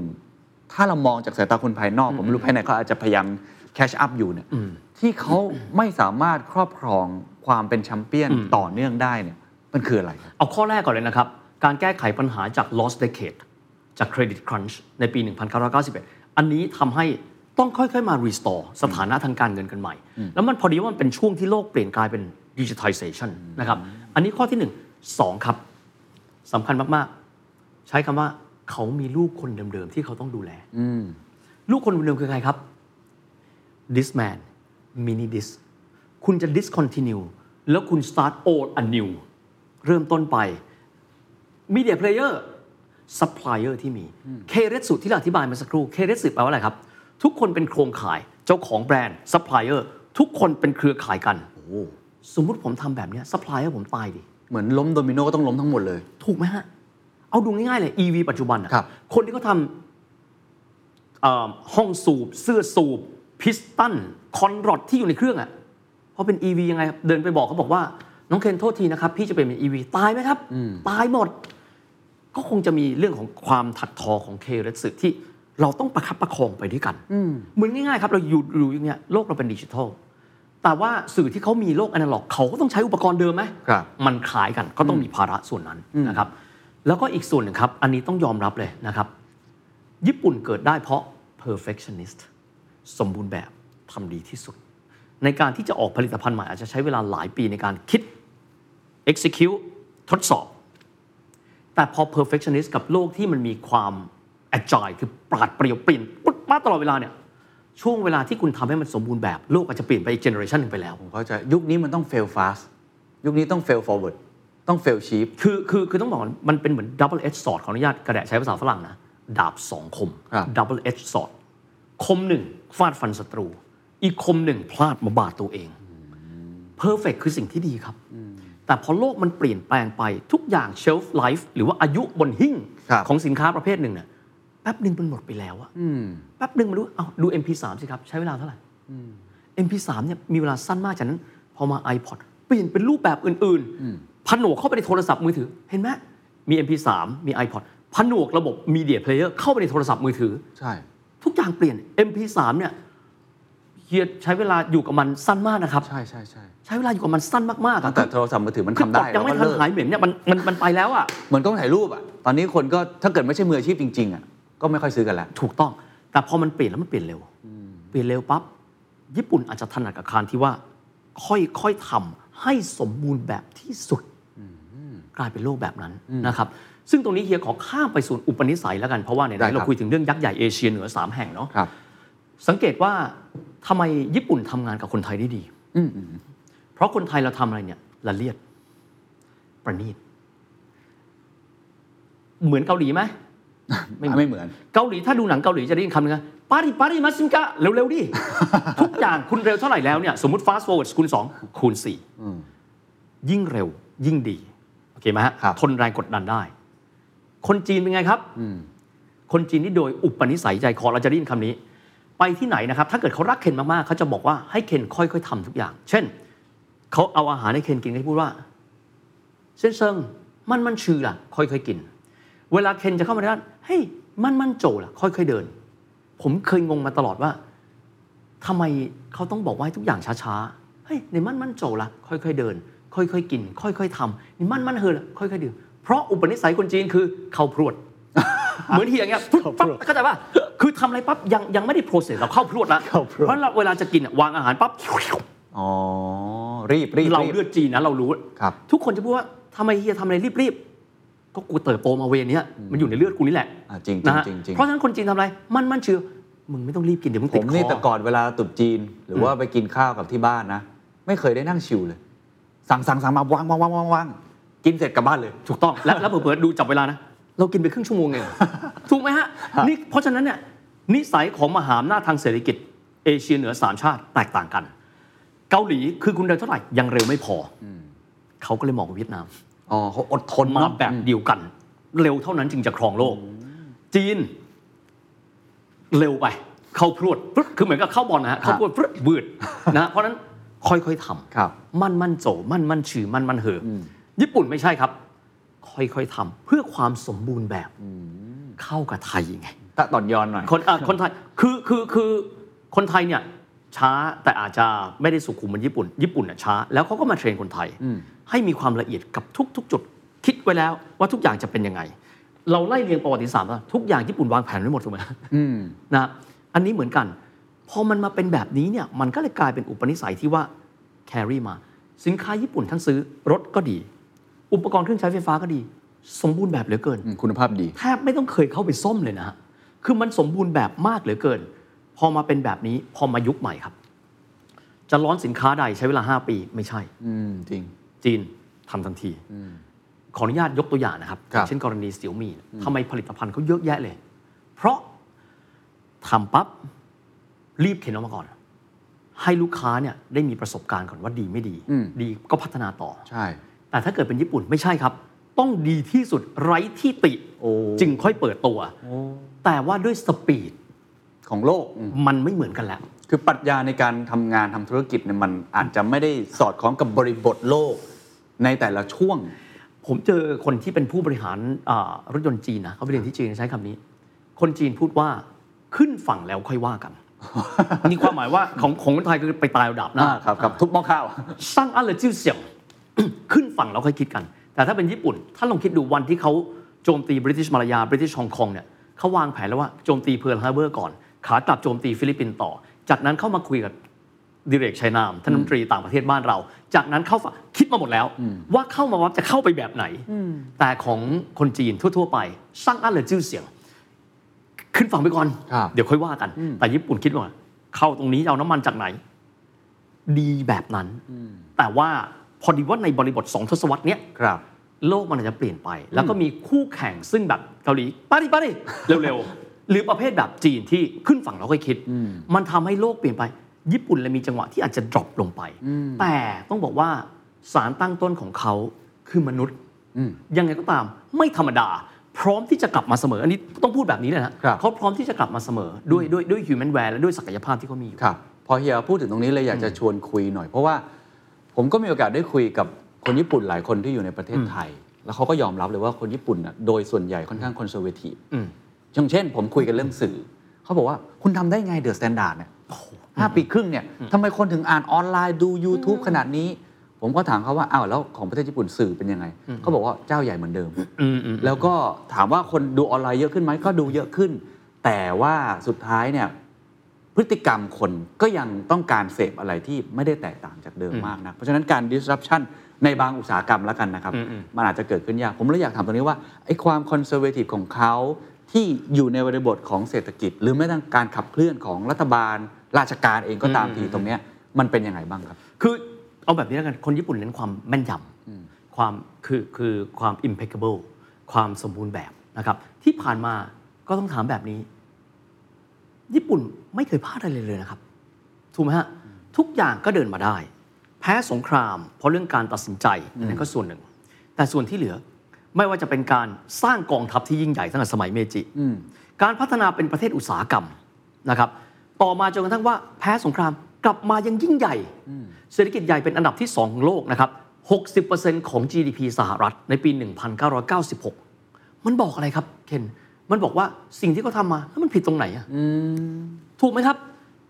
ถ้าเรามองจากสายตาคนภายนอก ผมไม่รู้ภายในเขาอาจจะพยายามแคชอัพอยู่เนี่ยที่เขาไม่สามารถครอบครองความเป็นแชมเปี้ยนต่อเนื่องได้เนี่ยมันคืออะไรครับ
เอาข้อแรกก่อนเลยนะครับ การแก้ไขปัญหาจาก lost decade จาก credit crunch ในปี 1991 อันนี้ทำให้ต้องค่อยๆ มา restore สถานะทางการเงินกันใหม่ แล้วมันพอดีว่ามันเป็นช่วงที่โลกเปลี่ยนกลายเป็น digitization นะครับ อันนี้ข้อที่ 1 2 ครับสำคัญมาก ๆ ใช้คำว่าเขามีลูกคนเดิม ๆ ที่เขาต้องดูแล
อืม
ลูกคนเดิมคือใครครับ disman mini dis คุณจะ discontinue แล้วคุณ start all anew เริ่มต้นไป media player supplier ที่มี เคเรสุที่เราอธิบายมาสักครู่เคเรสุแปลว่าอะไรครับ ทุกคนเป็นโครงข่ายเจ้าของแบรนด์ supplier ทุกคนเป็นเครือข่ายกัน สมมุติผมทำแบบเนี้ย supplier ผมตายดิ
เหมือนล้มโดมิโนก็ต้องล้มทั้งหมดเลย
ถูกไหมฮะ เอาดูง่ายๆเลย EV ปัจจุบันอะ
ครับ
คนที่เขาทำเอ่อห้องสูบ เสื้อสูบ พิสตัน คอนรอดที่อยู่ในเครื่องอะเพราะเป็น EV ยังไงครับเดินไปบอกเขาบอกว่า น้องเคนโทษทีนะครับ พี่จะเป็น EV ตายไหมครับ ตายหมด ก็คงจะมีเรื่องของความถักทอของเคเรสึที่เราต้องประคับประคองไปด้วยกันเหมือนง่ายๆครับ เราอยู่อยู่อย่างเงี้ยโลกเราเป็นดิจิทัล แต่ว่าสื่อที่เขามีโลกอนาล็อกเขาก็ต้องใช้อุปกรณ์เดิมไหม
ครับ
มันขายกันก็ต้องมีภาระส่วนนั้นนะครับ แล้วก็อีกส่วนหนึ่งครับ อันนี้ต้องยอมรับเลยนะครับ ญี่ปุ่นเกิดได้เพราะ perfectionist สมบูรณ์แบบทำดีที่สุด ในการที่จะออกผลิตภัณฑ์ใหม่อาจจะใช้เวลาหลายปีในการคิด execute ทดสอบ แต่พอ perfectionist กับโลกที่มันมีความ agile คือปราดเปรียวเปลี่ยนปุ๊บมาตลอดเวลาเนี่ย ช่วงเวลาที่คุณทำให้มันสมบูรณ์แบบ โลกอาจจะเปลี่ยนไปอีกเจเนอเรชันหนึ่งไปแล้ว
ผมเข้าใจยุคนี้มันต้อง fail fast ยุคนี้ต้อง fail forward ต้อง fail cheap
คือคือคือต้องบอกว่ามันเป็นเหมือน double edge sword ขออนุญาตกระแดะใช้ภาษาฝรั่งนะ ดาบสองคม
ครับ
double edge sword คมหนึ่งฟาดฟันศัตรู อีกคมหนึ่งพลาดมาบาดตัวเอง perfect คือสิ่งที่ดีครับ แต่พอโลกมันเปลี่ยนแปลงไปทุกอย่าง shelf life หรือว่าอายุบนหิ้ง
ครับ
ของสินค้าประเภทหนึ่งเนี่ยแป๊บหนึ่งมันหมดไปแล้วอะแป๊บหนึ่งมันรู้เอาดู MP3 สิครับ ใช้เวลาเท่าไหร่ MP3 เนี่ยมีเวลาสั้นมากจากนั้น พอมา iPod เปลี่ยนเป็นรูปแบบอื่นๆ ผนวกเข้าไปในโทรศัพท์มือถือ เห็นไหมมี MP3 มี iPod ผนวกระบบ Media Player เข้าไปในโทรศัพท์มือถือ
ใช่
ทุกอย่างเปลี่ยน MP3 เนี่ย เฮียใช้เวลาอยู่กับมันสั้นมากนะครับ
ใช่ใช่ใช่
ใช้เวลาอยู่กับมันสั้นมากๆ
ตั้
อะ
งแต่โทรศัพท์มือถือมัน
คือ
ทำ
ก
ได้
ดยังไม่
แล้ว
ทัน
ก็เลิก
หายเหม็นเนี่ยมันมันมันไปแล้วอ่ะ
เหมือนกล้องถ่ายรูปอ่ะตอนนี้คนก็ถ้าเกิดไม่ใช่มืออาชีพจริงๆอ่ะก็ไม่ค่อยซื้อกันละ
ถูกต้อง แต่พอมันเปลี่ยนแล้วมันเปลี่ยนเร็ว เปลี่ยนเร็วปั๊บ ญี่ปุ่นอาจจะถนัดกับการที่ว่า ค่อยๆทำให้สมบูรณ์แบบที่สุด กลายเป็นโลกแบบนั้นนะครับ ซึ่งตรงนี้เฮียขอข้ามไปส่วนอุปนิสัยแล้วกัน เพราะว่าไห
ได้
นๆ
ครับ
เราคุยถึงเรื่องยักษ์ใหญ่เอเชียเหนือ 3 แห่งเนาะ
ครับ
สังเกตว่าทำไมญี่ปุ่นทำงานกับคนไทยได้ดี
อืมอืม
เพราะคนไทยเราทำอะไรเนี่ยละเลียด ประณีต เหมือนเกาหลีไหม ไม่เหมือน
ไม่เหมือน
เกาหลีถ้าดูหนังเกาหลีจะได้ยินคำนึงนะปาริปาริมาซิงกะเร็ว ๆ ดิ ทุกอย่างคุณเร็วเท่าไหร่แล้วเนี่ยสมมติ fast forward คูณ 2 คูณ
อืม
4 ยิ่งเร็วยิ่งดี โอเคไหมฮะ
ครับ
ทนแรงกดดันได้ คนจีนเป็นไงครับ
อืม
คนจีนนี่โดยอุปนิสัยใจคอเราจะได้ยินคำนี้ ไปที่ไหนนะครับ ถ้าเกิดเขารักเคนมาก ๆเขาจะบอกว่าให้เคนค่อย ๆทำทุกอย่าง เช่น เขาเอาอาหารให้เคนกินให้พูดว่าเซนเซิงมันมันชื่อล่ะ ค่อยๆกิน เวลาเคนจะเข้ามาในร้านเฮ้ยมันมันโจล่ะ ค่อยๆเดิน ผมเคยงงมาตลอดว่าทำไมเขาต้องบอกว่าให้ทุกอย่างช้าๆเฮ้ยในมันมันโจล่ะ ค่อยๆเดิน ค่อยๆกิน ค่อยๆทำในมันมันเฮอล่ะค่อยๆดื่มเพราะอุปนิสัยคนจีนคือเขาพรวด เหมือนเฮียเงี้ยปุ๊บปั๊บเข้าใจป่ะคือทำอะไรปั๊บยังยังไม่ได้โปรเซสเราเข้าพรวดละ
เข้าพรวด
เพราะเราเวลาจะกินอะวางอาหารปั๊บ
อ๋อรีบรีบ
เรา
บ
เลือดจีนนะเรารู้
ครับ
ทุกคนจะพูดว่าทำไมเฮียทำอะไรรีบๆ ก็กูเติบโตมาเวรเนี้ยมันอยู่ในเลือดกูนี่แหละ
อ่าจริง
นะฮะ
จริงจริง
เพราะฉะนั้นคนจีนทำอะไร มันมันเชื่อมึงไม่ต้องรีบกินเดี๋ยวมึง
ผ
ติด
ม
ค
นี่แต่
อ
ก่อนเวลาตรุดจีน หรือว่าไปกินข้าวกับที่บ้านนะ ไม่เคยได้นั่งชิวเลย สั่งสั่งสั่งมาวางวางวางวางวางกินเสร็จกลับบ้านเลย
ถูกต้องและแล้วเผื่อๆดูจับเวลานะ เรากินไปครึ่งชั่วโมงเอง ถูกไหมฮะนี่เพราะฉะนั้นเนี่ยนิสัยของมหาอำนาจทางเศรษฐกิจ เอเชียเหนือสามชาติแตกต่างกัน เกาหลีคือคุณเดินเท่าไหร่ยังเร็วไม่พออเขาก็เลยมองไปเวียดนาม
อ๋อเขาอดทน
มา
เนาะ
แบบเดียวกัน เร็วเท่านั้นจึงจะครองโลก จีน เร็วไป เข้าพรวดปึ๊บคือเหมือนกับเข้าบอลนะฮะเข้าพรวดปึ๊บวืดนะเพราะฉะนั้นค่อยๆทำ
ครับ
มั่นมั่นโจมั่นมั่นชื่อมั่นมั่นเหออ
ม
ญี่ปุ่นไม่ใช่ครับ ค่อยๆทำเพื่อความสมบูรณ์แบบเข้ากับไทยไง
ตะต่อนยอนหน่อย
คนอ่ะคนไทยคือคือคือคนไทยเนี่ยช้าแต่อาจจะไม่ได้สุขุมเหมือนญี่ปุ่น ญี่ปุ่นน่ะช้า แล้วเขาก็มาเทรนคนไทย
อืม
ให้มีความละเอียดกับทุก ๆ จุด คิดไว้แล้วว่าทุกอย่างจะเป็นยังไง เราไล่เรียงประวัติศาสตร์มาทุกอย่างญี่ปุ่นวางแผนไว้หมดถูกไหม
อืม
นะอันนี้เหมือนกัน พอมันมาเป็นแบบนี้เนี่ยมันก็เลยกลายเป็นอุปนิสัยที่ว่า carry มา สินค้าญี่ปุ่นทั้งซื้อรถก็ดี อุปกรณ์เครื่องใช้ไฟฟ้าก็ดี สมบูรณ์แบบเหลือเกิน
คุณภาพดี
แทบไม่ต้องเคยเข้าไปส้มเลยนะฮะคือมันสมบูรณ์แบบมากเหลือเกิน พอมาเป็นแบบนี้ พอมายุคใหม่ครับ จะร้อนสินค้าใดใช้เวลา 5 ปี ไม่ใช่
อืม จริง
จีนทำทันที ขออนุญาตยกตัวอย่างนะครับ
ครับ
เช่นกรณีเสี่ยวมี่ทำไมผลิตภัณฑ์เขาเยอะแยะเลย เพราะทำปั๊บ รีบเข็นออกมาก่อน ให้ลูกค้าเนี่ยได้มีประสบการณ์ก่อนว่าดีไม่ดี ดีก็พัฒนาต่อ
ใช่
แต่ถ้าเกิดเป็นญี่ปุ่นไม่ใช่ครับ ต้องดีที่สุดไร้ที่ติ
โอ้
จึงค่อยเปิดตัว แต่ว่าด้วยสปีด
ของโลกอืม
มันไม่เหมือนกันแล้ว
คือปรัชญาในการทำงานทำธุรกิจเนี่ยมันอาจจะไม่ได้สอดคล้องกับบริบทโลก ในแต่ละช่วง
ผมเจอคนที่เป็นผู้บริหารอ่ารถยนต์จีนนะเขาไปเรียนที่จีนใช้คำนี้ คนจีนพูดว่าขึ้นฝั่งแล้วค่อยว่ากัน นี่ความหมายว่าของของคนไทยคือไปตายเอาดับหนะ
อ่าครับครับทุบหม้อข้าว
สร้างอัลเลอร์จิ้ว เสี่ยง ขึ้นฝั่งแล้วค่อยคิดกัน แต่ถ้าเป็นญี่ปุ่น ถ้าลองคิดดูวันที่เขาโจมตีบริ i ิชมาลายาบริ i ิชฮองกงเนี่ยเขาวางแผนแล้วว่าโจมตีเพิร์ลฮาร์เบอร์ก่อนขากลับโจมตีฟิลิปปินส์ต่อ จากนั้นเข้ามาคุยกับ ดิเรกชัยนามท่านรัฐมนตรีต่างประเทศบ้านเรา จากนั้นเข้าฝคิดมาหมดแล้ว ว่าเข้ามาวับจะเข้าไปแบบไหน แต่ของคนจีนทั่ว ๆ ไป สร้างอันเลยจื้อเสียง ขึ้นฝั่งไปก่อน
ครับ
เดี๋ยวค่อยว่ากัน แต่ญี่ปุ่นคิดว่า เข้าตรงนี้จะเอาน้ำมันจากไหน ดีแบบนั้น แต่ว่าพอดีว่าในบริบทสองทศวรรษเนี้ย
ครับ
โลกมันอาจจะเปลี่ยนไป แล้วก็มีคู่แข่งซึ่งแบบเกาหลีปาดิปาดิเร็วๆ หรือประเภทแบบจีนที่ขึ้นฝั่งเราค่อยคิด มันทำให้โลกเปลี่ยนไป ญี่ปุ่นเลยมีจังหวะที่อาจจะ drop ลงไป แต่ต้องบอกว่าสารตั้งต้นของเขาคือมนุษย์ ยังไงก็ตามไม่ธรรมดา พร้อมที่จะกลับมาเสมอ อันนี้ต้องพูดแบบนี้เลยนะครับ เขาพร้อมที่จะกลับมาเสมอด้วยด้วยด้วย human w a r และด้วยศักยภาพที่เขามีอยู่
ครับพอเฮียพูดถึงตรงนี้เลยอยากจะชวนคุยหน่อย เพราะว่าผมก็มีโอกาสได้คุยกับคนญี่ปุ่นหลายคนที่อยู่ในประเทศไทย แล้วเขาก็ยอมรับเลยว่าคนญี่ปุ่นน่ะโดยส่วนใหญ่ค่อนข้างคอนเซอร์เวทีฟ
อืม
อย่างเช่น ผมคุยกันเรื่องสื่อ เขาบอกว่าคุณทำได้ไงเดอะสแตนดาร์ดเนี่ย ห้าปีครึ่งเนี่ยทำไมคนถึงอ่านออนไลน์ดู YouTube ขนาดนี้ ผมก็ถามเขาว่าอ้าวแล้วของประเทศญี่ปุ่นสื่อเป็นยังไงเขาบอกว่าเจ้าใหญ่เหมือนเดิม
อืมอืม
แล้วก็ถามว่าคนดูออนไลน์เยอะขึ้นไหมก็ดูเยอะขึ้น แต่ว่าสุดท้ายเนี่ยพฤติกรรมคนก็ยังต้องการเสพอะไรที่ไม่ได้แตกต่างจากเดิม
อืม
มากนะเพราะฉะนั้นการ disruption ในบางอุตสาหกรรมแล้วกันนะครับ
อืมอืม
มันอาจจะเกิดขึ้นยาก ผมเลยอยากถามตรงนี้ว่าไอ้ความ conservative ของเขาที่อยู่ในบริบทของเศรษฐกิจ หรือแม้แต่การขับเคลื่อนของรัฐบาล ราชการเองก็ตามทีตรงเนี้ยมันเป็นยังไงบ้างครับ
คือเอาแบบนี้แล้วกัน คนญี่ปุ่นเน้นความแม่นยำความคือคือความ impeccable ความสมบูรณ์แบบนะครับ ที่ผ่านมาก็ต้องถามแบบนี้ ญี่ปุ่นไม่เคยพลาดอะไรเลยนะครับ ถูกไหมฮะ ทุกอย่างก็เดินมาได้ แพ้สงคราม เพราะเรื่องการตัดสินใจอันนั่นก็ส่วนหนึ่ง แต่ส่วนที่เหลือไม่ว่าจะเป็นการสร้างกองทัพที่ยิ่งใหญ่ตั้งแต่สมัยเมจิ
อืม
การพัฒนาเป็นประเทศอุตสาหกรรมนะครับ ต่อมาจนกระทั่งว่าแพ้สงครามกลับมายังยิ่งใหญ่ เศรษฐกิจใหญ่เป็นอันดับที่ 2 ของโลกนะครับ 60%ของ GDP สหรัฐในปี 1996 มันบอกอะไรครับเคนมันบอกว่าสิ่งที่เขาทำมาแล้วมันผิดตรงไหนอะ
อืม
ถูกไหมครับ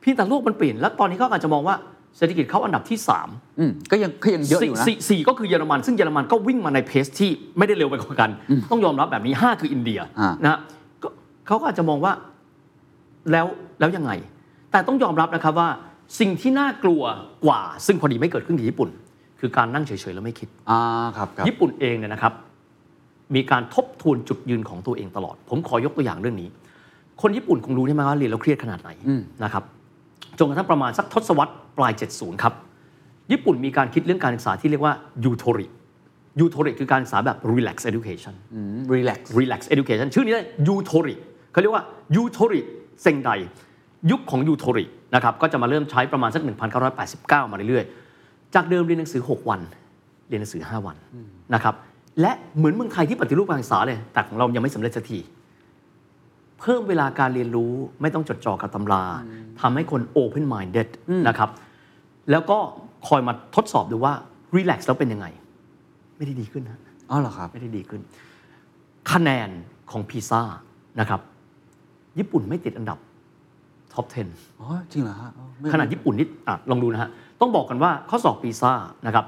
เพียงแต่โลกมันเปลี่ยน แล้วตอนนี้เขาอาจจะมองว่าเศรษฐกิจเขาอันดับที่3าม
อืมก็ยังก็ยังเยอะอยู่นะ
สี่สี่ก็คือเยอรมัน ซึ่งเยอรมันก็วิ่งมาในเพสที่ไม่ได้เร็วไปกว่ากัน ต้องยอมรับแบบนี้ 5 คืออินเดีย
อ่า
นะฮะก็เขาก็อาจจะมองว่าแล้วแล้วยังไง แต่ต้องยอมรับนะครับว่าสิ่งที่น่ากลัวกว่า ซึ่งพอดีไม่เกิดขึ้นที่ญี่ปุ่น คือการนั่งเฉยๆแล้วไม่คิด
อ่าครับครับ
ญี่ปุ่นเองเนี่ยนะครับ มีการทบทวนจุดยืนของตัวเองตลอด ผมขอยกตัวอย่างเรื่องนี้ คนญี่ปุ่นคงรู้ใช่ไหมว่าเรียนแล้วเครียดขนาดไหน
อืม
นะครับจนกระทั่งประมาณสักทศวรรษปลาย 70 ครับ ญี่ปุ่นมีการคิดเรื่องการศึกษาที่เรียกว่ายูโทริยูโทริคือการศึกษาแบบ relax education
อืม relax
relax education ชื่อนี้เลยยูโทริเขาเรียกว่ายูโทริเซงไดยุคของยูโทรินะครับก็จะมาเริ่มใช้ประมาณสัก 1989 มาเรื่อยๆ จากเดิมเรียนหนังสือ 6 วัน เรียนหนังสือ 5 วันนะครับและเหมือนเมืองไทยที่ปฏิรูปการศึกษาเลย แต่ของเรายังไม่สำเร็จสักที เพิ่มเวลาการเรียนรู้ไม่ต้องจดจ่อกับตำราทำให้คน open minded นะครับแล้วก็คอยมาทดสอบดูว่า relax แล้วเป็นยังไง ไม่ได้ดีขึ้นนะ
อ๋อเหรอครับ
ไม่ได้ดีขึ้น คะแนนของพีซ่านะครับ ญี่ปุ่นไม่ติดอันดับท็อป 10
อ๋อจริงเหรอฮะอ๋อไม่
ขนาดญี่ปุ่นนี่อ่ะลองดูนะฮะ ต้องบอกกันว่าข้อสอบพีซ่านะครับ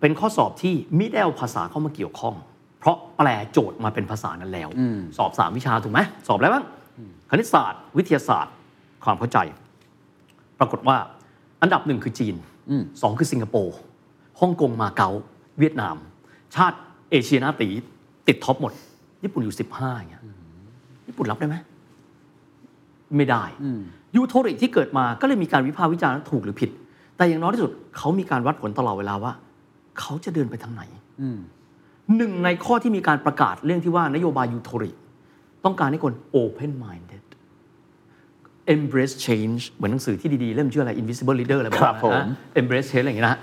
เป็นข้อสอบที่มิได้เอาภาษาเข้ามาเกี่ยวข้อง เพราะแปลโจทย์มาเป็นภาษานั้นแล้ว
อืม
สอบสามวิชาถูกไหมสอบอะไรบ้าง คณิตศาสตร์ วิทยาศาสตร์ ความเข้าใจ ปรากฏว่า อันดับหนึ่งคือจีน
อืม
สองคือสิงคโปร์ฮ่องกงมาเก๊าเวียดนาม ชาติเอเชียหนาตี ติดท็อปหมด ญี่ปุ่นอยู่ 15อย่างเงี้ยญี่ปุ่นรับได้ไหมไม่ได้
อืม
ยูโทริที่เกิดมาก็เลยมีการวิพากษ์วิจารณ์ว่าถูกหรือผิด แต่อย่างน้อยที่สุดเขามีการวัดผลตลอดเวลาว่า เขาจะเดินไปทางไหน
อืม
หนึ่งในข้อที่มีการประกาศเรื่องที่ว่านโยบายยูโทริ ต้องการให้คน open minded embrace change เหมือนหนังสือที่ดีๆ เล่มชื่ออะไร invisible leader อะไรแบ
ครับ
บ
ผม
นั้นนะ embrace change อะไรอย่างเงี้ยนะฮะ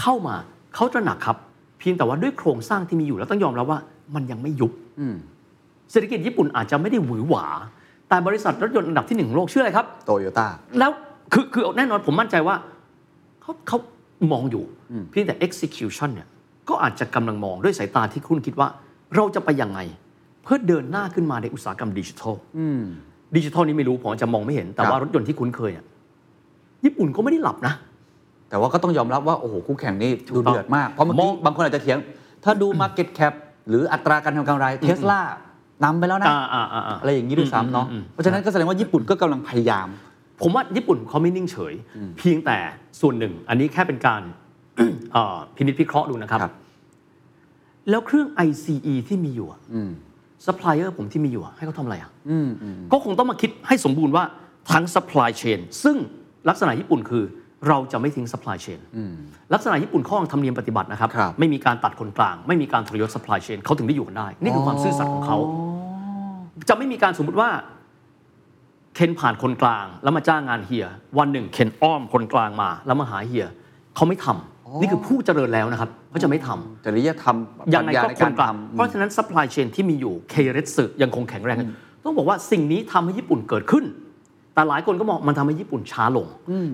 เข้ามาเขาตระหนักครับ เพียงแต่ว่าด้วยโครงสร้างที่มีอยู่แล้วต้องยอมรับว่ามันยังไม่ยุบ
อืม
เศรษฐกิจญี่ปุ่นอาจจะไม่ได้หวือหวา แต่บริษัทรถยนต์อันดับที่หนึ่งของโลกชื่ออะไรครับ
โตโยต้า
แล้วคือคือแน่นอนผมมั่นใจว่าเขาเขามองอยู่ เพียงแต่ execution เนี่ยก็อาจจะกำลังมองด้วยสายตาที่คุณคิดว่า เราจะไปยังไง เพื่อเดินหน้าขึ้นมาในอุตสาหกรรมดิจิทัล
อืม
ดิจิทัลนี้ไม่รู้ ผมอาจจะมองไม่เห็น แต่
ครับ
ว่ารถยนต์ที่คุ้นเคยเนี่ยญี่ปุ่นก็ไม่ได้หลับนะ
แต่ว่าก็ต้องยอมรับว่า โอ้โห คู่แข่งนี่
ถูก
ดู
ต้อง
เดือดมาก เพราะเมื่อกี้
มอง
บางคนอาจจะเถียง ถ้าดู Market Cap หรืออัตราการทำกำไรเทสลานำไปแล้วนะ
อ่าอ่าอ่าา
อะไรอย่างนี้ด้วยซ้ำเนาะ
อืมอืมอืม
เพราะฉะนั้นก็แสดงว่าญี่ปุ่นก็กำลังพยายาม
ผมว่าญี่ปุ่นเขาไม่นิ่งเฉย เพียงแต่ส่วนหนึ่ง อันนี้แค่เป็นการ เอ่อพินิจพิเคราะห์ดูนะครับ
ครับ
แล้วเครื่อง ICE ที่มีอยู่
อืม
ซัพพลายเออร์ผมที่มีอยู่อะให้เขาทำอะไรอะ
อืมอืม
ก็คงต้องมาคิดให้สมบูรณ์ว่าทั้ง supply chain ซึ่งลักษณะญี่ปุ่นคือเราจะไม่ทิ้ง supply chain
อืม
ลักษณะญี่ปุ่นข้อธรรมเนียมปฏิบัตินะครับ
ครับ
ไม่มีการตัดคนกลาง ไม่มีการทรยศ supply chain เขาถึงได้อยู่กันได้ นี่คือความซื่อสัตย์ของเขา จะไม่มีการสมมุติว่า เคนผ่านคนกลาง แล้วมาจ้างงานเฮีย วันหนึ่งเคนอ้อมคนกลางมา แล้วมาหาเฮียเขาไม่ทำนี่คือผู้เจริญแล้วนะครับเขาจะไม่ทำ
จริยธรรม
ยังไง
ป
ก็
รัชญาใน
ค
การ
นกลับ
ทำ
เพราะฉะนั้น supply chain ที่มีอยู่เคเรสึยังคงแข็งแรงอยู่ต้องบอกว่าสิ่งนี้ทำให้ญี่ปุ่นเกิดขึ้น แต่หลายคนก็มองมันทำให้ญี่ปุ่นช้าลง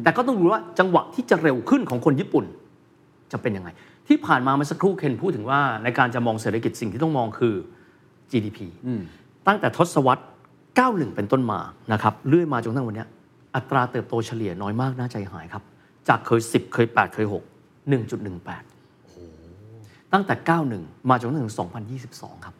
แต่ก็ต้องรู้ว่าจังหวะที่จะเร็วขึ้นของคนญี่ปุ่น จะเป็นยังไง ที่ผ่านมาเมื่อสักครู่เคนพูดถึงว่าในการจะมองเศรษฐกิจสิ่งที่ต้องมองคือ GDP ตั้งแต่ทศวรรษ 91 เป็นต้นมานะครับเรื่อยมาจนถึงวันเนี้ย อัตราเติบโตเฉลี่ยน้อยมากน่าใจหายครับ จากเคย 10 เคย 8 เคย 6 1.18 ตั้งแต่ 91 มาจนถึง 2022 ครับ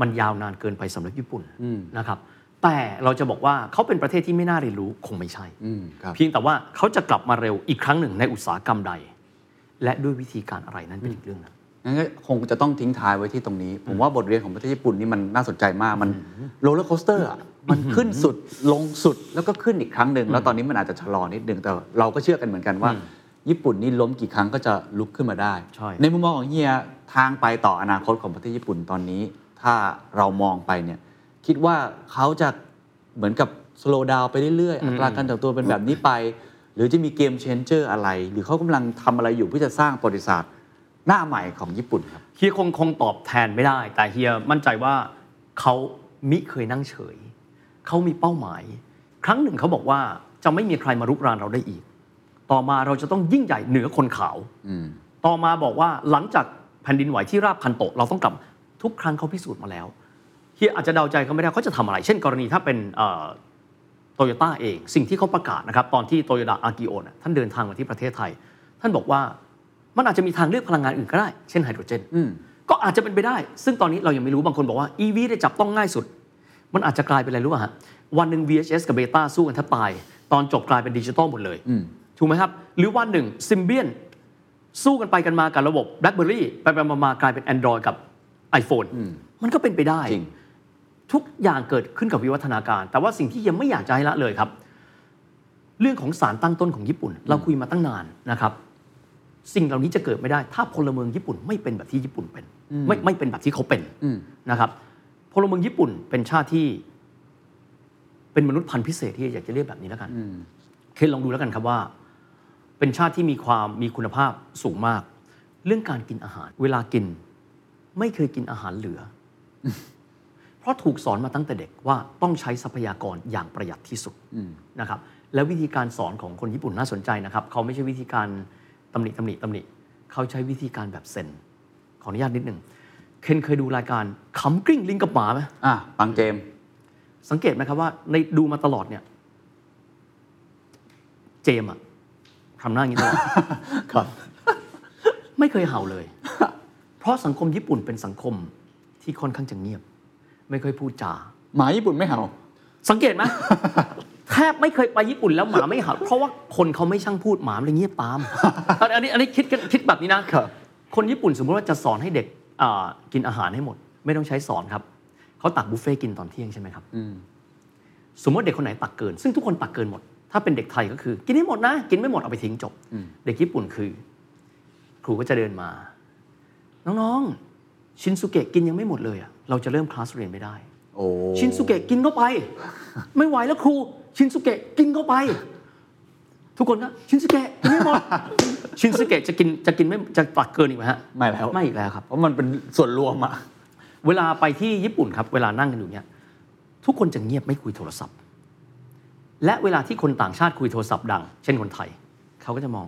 มันยาวนานเกินไปสำหรับญี่ปุ่น
อืม
นะครับ แต่เราจะบอกว่าเขาเป็นประเทศที่ไม่น่าเรียนรู้คงไม่ใช่
อืมครับ
เพียงแต่ว่าเขาจะกลับมาเร็วอีกครั้งหนึ่งในอุตสาหกรรมใด และด้วยวิธีการอะไรนั้นเป็นอีกเรื่องหนึง
งั้นก็คงจะต้องทิ้งท้ายไว้ที่ตรงนี้ ผมว่าบทเรียนของประเทศญี่ปุ่นนี่มันน่าสนใจมาก มันโรลเลอร์โคสเตอร์อะมันขึ้นสุดลงสุดแล้วก็ขึ้นอีกครั้งหนึ่ง แล้วตอนนี้มันอาจจะชะลอนิดหนึ่งแต่เราก็เชื่อกันเหมือนกันว่า ญี่ปุ่นนี่ล้มกี่ครั้งก็จะลุกขึ้นมาได้
ใช่
ในมุมมองของเฮียทางไปต่ออนาคตของประเทศญี่ปุ่นตอนนี้ ถ้าเรามองไปเนี่ยคิดว่าเขาจะเหมือนกับสโลดาวไปเรื่อยๆอัตราการเติบโตเป็นแบบนี้ไป หรือจะมีเกมเชนเจอร์อะไร หรือเขากำลังทำอะไรอยู่เพื่อจะสร้างประวัติศาสตร์หน้าใหม่ของญี่ปุ่นครับ
เฮียคงคงตอบแทนไม่ได้ แต่เฮียมั่นใจว่าเขามิเคยนั่งเฉย เขามีเป้าหมาย ครั้งหนึ่งเขาบอกว่าจะไม่มีใครมารุกรานเราได้อีก ต่อมาเราจะต้องยิ่งใหญ่เหนือคนขาว
อืม
ต่อมาบอกว่าหลังจากแผ่นดินไหวที่ราบคันโตะเราต้องกลับทุกครั้งเขาพิสูจน์มาแล้วเฮียอาจจะเดาใจเขาไม่ได้เขาจะทำอะไร เช่นกรณีถ้าเป็นโตโยต้าเอง สิ่งที่เขาประกาศนะครับ ตอนที่โตโยต้าอากิโอนะท่านเดินทางมาที่ประเทศไทย ท่านบอกว่ามันอาจจะมีทางเลือกพลังงานอื่นก็ได้ เช่นไฮโดรเจน
อืม
ก็อาจจะเป็นไปได้ ซึ่งตอนนี้เรายังไม่รู้ บางคนบอกว่า EV ได้จับต้องง่ายสุด มันอาจจะกลายเป็นอะไรรู้ป่ะฮะ วันหนึ่ง VHS กับเบต้าสู้กันแทบตาย ตอนจบกลายเป็นดิจิตอลหมดเลย
อืม
ถูกไหมครับ หรือวันหนึ่งซิมเบียนสู้กันไปกันมากับระบบ BlackBerry ไปไปมาๆกลายเป็น Android กับ iPhone มันก็เป็นไปได้
จริง
ทุกอย่างเกิดขึ้นกับวิวัฒนาการ แต่ว่าสิ่งที่ยังไม่อยากจะให้ละเลยครับ เรื่องของสารตั้งต้นของญี่ปุ่น เราคุยมาตั้งนานนะครับ สิ่งเหล่านี้จะเกิดไม่ได้ ถ้าพลเมืองญี่ปุ่นไม่เป็นแบบที่ญี่ปุ่นเป็น ไม่ไม่เป็นแบบที่เขาเป็น
อืม
นะครับ พลเมืองญี่ปุ่นเป็นชาติที่ เป็นมนุษย์พันธุ์พิเศษที่อยากจะเรียกแบบนี้แล้วกันเคนลองดูแล้วกันครับว่า เป็นชาติที่มีความมีคุณภาพสูงมาก เรื่องการกินอาหาร เวลากิน ไม่เคยกินอาหารเหลือ เพราะถูกสอนมาตั้งแต่เด็กว่าต้องใช้ทรัพยากรอย่างประหยัดที่สุดนะครับ แล้ววิธีการสอนของคนญี่ปุ่นน่าสนใจนะครับ เขาไม่ใช่วิธีการตำหนิตำหนิตำหนิ เขาใช้วิธีการแบบเซนขออนุญาตนิดหนึ่งเคนเคยดูรายการขำกลิ้งลิงกับหมาไหม
อ่ะปังเจม
สังเกตไหมครับว่าในดูมาตลอดเนี่ย เจมส์อะทำหน้าอย่างนี้ตลอด
ครับ
ไม่เคยเห่าเลย เพราะสังคมญี่ปุ่นเป็นสังคมที่ค่อนข้างจะเงียบ ไม่ค่อยพูดจา
หมาญี่ปุ่นไม่เห่า
สังเกต ไหม แทบไม่เคยไปญี่ปุ่นแล้วหมาไม่เห่า เพราะว่าคนเขาไม่ช่างพูดหมามันเลยเงียบตาม อันอันนี้อันนี้คิดกันคิดแบบนี้นะครับ คนญี่ปุ่นสมมติว่าจะสอนให้เด็กอ่ากินอาหารให้หมด ไม่ต้องใช้สอนครับเขาตักบุฟเฟ่ต์กินตอนเที่ยงใช่ไหมครับสมมติเด็กคนไหนตักเกิน ซึ่งทุกคนตักเกินหมด ถ้าเป็นเด็กไทยก็คือ กินให้หมดนะ กินไม่หมดเอาไปทิ้งจบ เด็กญี่ปุ่นคือ ครูก็จะเดินมา น้องๆ ชินสุเกะกินยังไม่หมดเลยอะเราจะเริ่มคลาสเรียนไม่ได้
โอ้
ชินสุเกะกินเข้าไป ไม่ไหวแล้วครู ชินสุเกะกินเข้าไป ทุกคนก็ชินสุเกะกินไม่หมด ชินสุเกะจะกินจะกินไม่จะตักเกินอีกไหมฮะ
ไม่แล้ว
ไม่อีกแล้วครับ
เพราะมันเป็นส่วนรวมอะ
เวลาไปที่ญี่ปุ่นครับ เวลานั่งกันอยู่เนี่ยทุกคนจะเงียบไม่คุยโทรศัพท์ และเวลาที่คนต่างชาติคุยโทรศัพท์ดัง เช่นคนไทย เขาก็จะมอง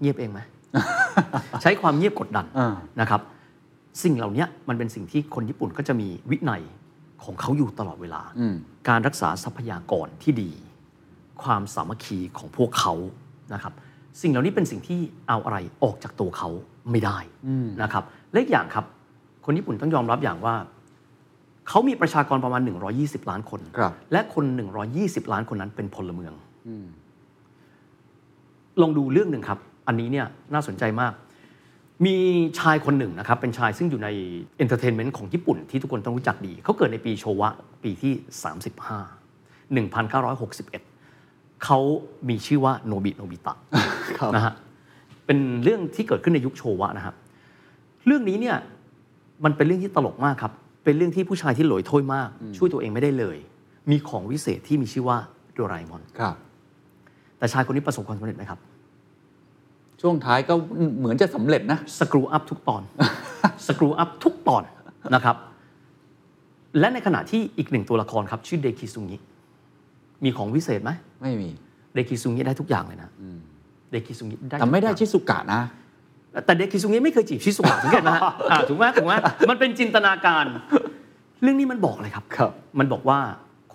เงียบเองไหม ใช้ความเงียบกดดัน
อ่า
นะครับสิ่งเหล่านี้มันเป็นสิ่งที่คนญี่ปุ่นก็จะมีวินัยของเขาอยู่ตลอดเวลา
อืม
การรักษาทรัพยากรที่ดี ความสามัคคีของพวกเขานะครับสิ่งเหล่านี้เป็นสิ่งที่เอาอะไรออกจากตัวเขาไม่ได้นะครับและอีกอย่างครับ คนญี่ปุ่นต้องยอมรับอย่างว่า เขามีประชากรประมาณ 120 ล้านคน
ครับ
และคน 120 ล้านคนนั้นเป็นพลเมือง ลองดูเรื่องหนึ่งครับ อันนี้เนี่ยน่าสนใจมาก มีชายคนหนึ่งนะครับ เป็นชายซึ่งอยู่ในเอนเตอร์เทนเมนต์ของญี่ปุ่นที่ทุกคนต้องรู้จักดี เขาเกิดในปีโชวะ ปีที่ 35 1961 เขามีชื่อว่าโนบิโนบิตะ
ครับ
นะฮะ เป็นเรื่องที่เกิดขึ้นในยุคโชวะนะครับ เรื่องนี้เนี่ยมันเป็นเรื่องที่ตลกมากครับ เป็นเรื่องที่ผู้ชายที่หลอยถ้วยมาก ช่วยตัวเองไม่ได้เลย มีของวิเศษที่มีชื่อว่าโดราเอมอน
ครับ
แต่ชายคนนี้ประสบความสำเร็จไหมครับ
ช่วงท้ายก็เหมือนจะสำเร็จนะ
สกรูอัพทุกตอน สกรูอัพทุกตอนนะครับ และในขณะที่อีกหนึ่งตัวละครครับ ชื่อเดคิซุงิมีของวิเศษไหม
ไม่มี
เดคิซุงิได้ทุกอย่างเลยนะเดคิซุงิได้
แต่ไม่ได้
ทุกอย่
ชิสุกะนะ
างแต่เดคิซุงิไม่เคยจีบชิสุกะสังเกตไหมฮะ อ่าถูกไหมถูกไหมมันเป็นจินตนาการ เรื่องนี้มันบอกเลยครับ
ครับ
มันบอกว่า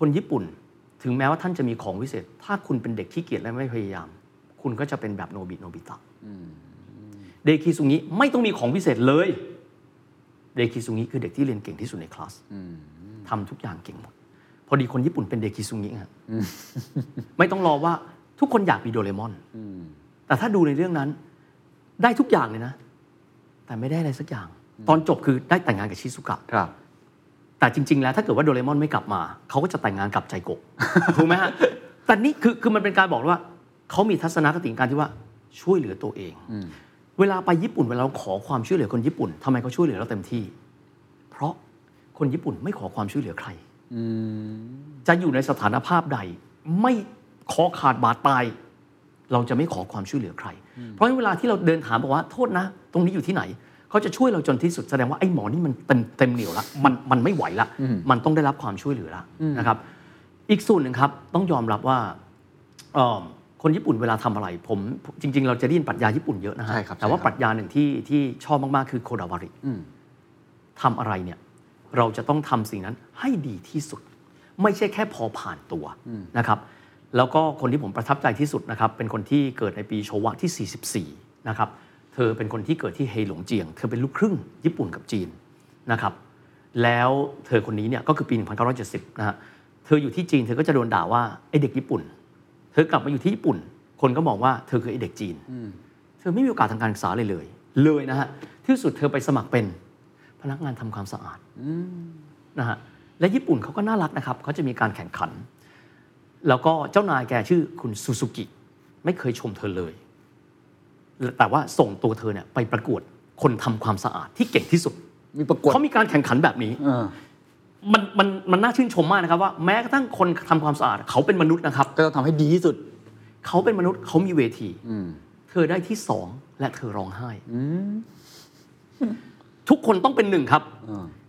คนญี่ปุ่นถึงแม้ว่าท่านจะมีของวิเศษ ถ้าคุณเป็นเด็กขี้เกียจและไม่พยายาม คุณก็จะเป็นแบบโนบิโนบิตะเด็กคิซุงิไม่ต้องมีของวิเศษเลย เด็กคิซุงิคือเด็กที่เรียนเก่งที่สุดในคลาสทำทุกอย่างเก่งหมด พอดีคนญี่ปุ่นเป็นเด็กคิซุงิฮะไม่ต้องรอว่าทุกคนอยากมีโดเรมอนแต่ถ้าดูในเรื่องนั้น ได้ทุกอย่างเลยนะ แต่ไม่ได้อะไรสักอย่าง ตอนจบคือได้แต่งงานกับชิซุกะ
ครับ
แต่จริง ๆ แล้วถ้าเกิดว่าโดเรมอนไม่กลับมา เขาก็จะแต่งงานกับใจโกะ ถูกไหมฮะ แต่นี่คือคือมันเป็นการบอกว่า เขามีทัศนคติในการที่ว่าช่วยเหลือตัวเอง เวลาไปญี่ปุ่นเวลาเราขอความช่วยเหลือคนญี่ปุ่นทำไมเขาช่วยเหลือเราเต็มที่ เพราะคนญี่ปุ่นไม่ขอความช่วยเหลือใคร จะอยู่ในสถานภาพใด ไม่ขอขาดบาดตาย เราจะไม่ขอความช่วยเหลือใคร เพราะฉะนั้นเวลาที่เราเดินถามบอกว่าโทษนะ ตรงนี้อยู่ที่ไหน เขาจะช่วยเราจนที่สุดแสดงว่าไอ้หมอนี่มันเต็มเต็มเหนียวละมันมันไม่ไหวละมันต้องได้รับความช่วยเหลือละนะครับ อีกส่วนหนึ่งครับต้องยอมรับว่าเอิ่มคนญี่ปุ่นเวลาทำอะไร ผมจริง ๆ เราจะได้ยินปรัชญาญี่ปุ่นเยอะนะฮะ
ใช่ครับ
แต่ว่า
ใช่ครับ
ปรัชญาหนึ่งที่ที่ชอบมากๆคือโคดาวาริ ทำอะไรเนี่ยเราจะต้องทำสิ่งนั้นให้ดีที่สุด ไม่ใช่แค่พอผ่านตัวนะครับแล้วก็คนที่ผมประทับใจที่สุดนะครับเป็นคนที่เกิดในปีโชวะที่ 44นะครับเธอเป็นคนที่เกิดที่เฮหลงเจียง เธอเป็นลูกครึ่งญี่ปุ่นกับจีนนะครับแล้วเธอคนนี้เนี่ยก็คือปี 1970นะฮะเธออยู่ที่จีนเธอก็จะโดนด่าว่าไอเด็กญี่ปุ่น เธอกลับมาอยู่ที่ญี่ปุ่น คนก็มองว่าเธอคือไอเด็กจีน เธอไม่มีโอกาสทางการศึกษาเลยเลย เลยนะฮะที่สุดเธอไปสมัครเป็น พนักงานทำความสะอาดนะฮะและญี่ปุ่นเขาก็น่ารักนะครับเขาจะมีการแข่งขัน แล้วก็เจ้านายแกชื่อคุณซูซูกิ ไม่เคยชมเธอเลย แต่ว่าส่งตัวเธอเนี่ยไปประกวดคนทำความสะอาดที่เก่งที่สุด
มีประกวด
เขามีการแข่งขันแบบนี้
เออ
มันมันมันน่าชื่นชมมากนะครับว่าแม้กระทั่งคนทำความสะอาด เขาเป็นมนุษย์นะครับ
ก็ต้องทำให้ดีที่สุด
เขาเป็นมนุษย์เขามีเวที เธอได้ที่สองและเธอร้องไห้ ทุกคนต้องเป็นหนึ่งครับ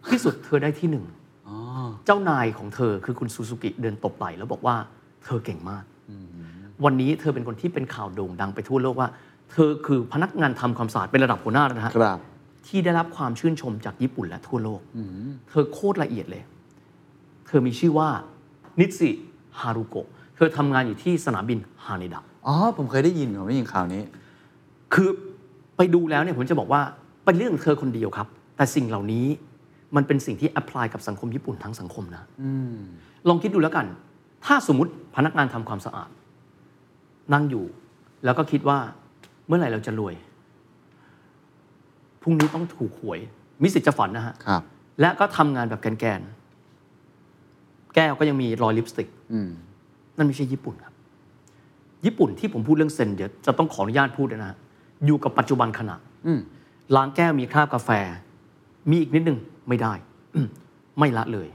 ที่สุดเธอได้ที่หนึ่ง เจ้านายของเธอคือคุณซูซูกิเดินตบไหล่แล้วบอกว่าเธอเก่งมาก วันนี้เธอเป็นคนที่เป็นข่าวโด่งดังไปทั่วโลกว่า เธอคือพนักงานทำความสะอาดเป็นระดับหัวหน้าแล้วนะฮะ
ครับ
ที่ได้รับความชื่นชมจากญี่ปุ่นและทั่วโลก เธอโคตรละเอียดเลย เธอมีชื่อว่านิตสิฮารุโกะ เธอทำงานอยู่ที่สนามบินฮาเนดะ
อ๋อ ผมเคยได้ยินผมได้ยินข่าวนี้
คือไปดูแล้วเนี่ยผมจะบอกว่าเป็นเรื่องของเธอคนเดียวครับ แต่สิ่งเหล่านี้มันเป็นสิ่งที่แอพพลายกับสังคมญี่ปุ่นทั้งสังคมนะลองคิดดูแล้วกัน ถ้าสมมติพนักงานทำความสะอาด นั่งอยู่ แล้วก็คิดว่าเมื่อไหร่เราจะรวยพรุ่งนี้ต้องถูกหวย มิสิทธิ์จะฝันนะฮะ
ครับ
และก็ทำงานแบบแกนๆ แก้วก็ยังมีรอยลิปสติก
อืม
นั่นไม่ใช่ญี่ปุ่นครับ ญี่ปุ่นที่ผมพูดเรื่องเซนเดี๋ยวจะต้องขออนุญาตพูดด้วยนะฮะอยู่กับปัจจุบันขณะ
อืม
ล้างแก้วมีคราบกาแฟ มีอีกนิดนึงไม่ได้ อืมไม่ละเลย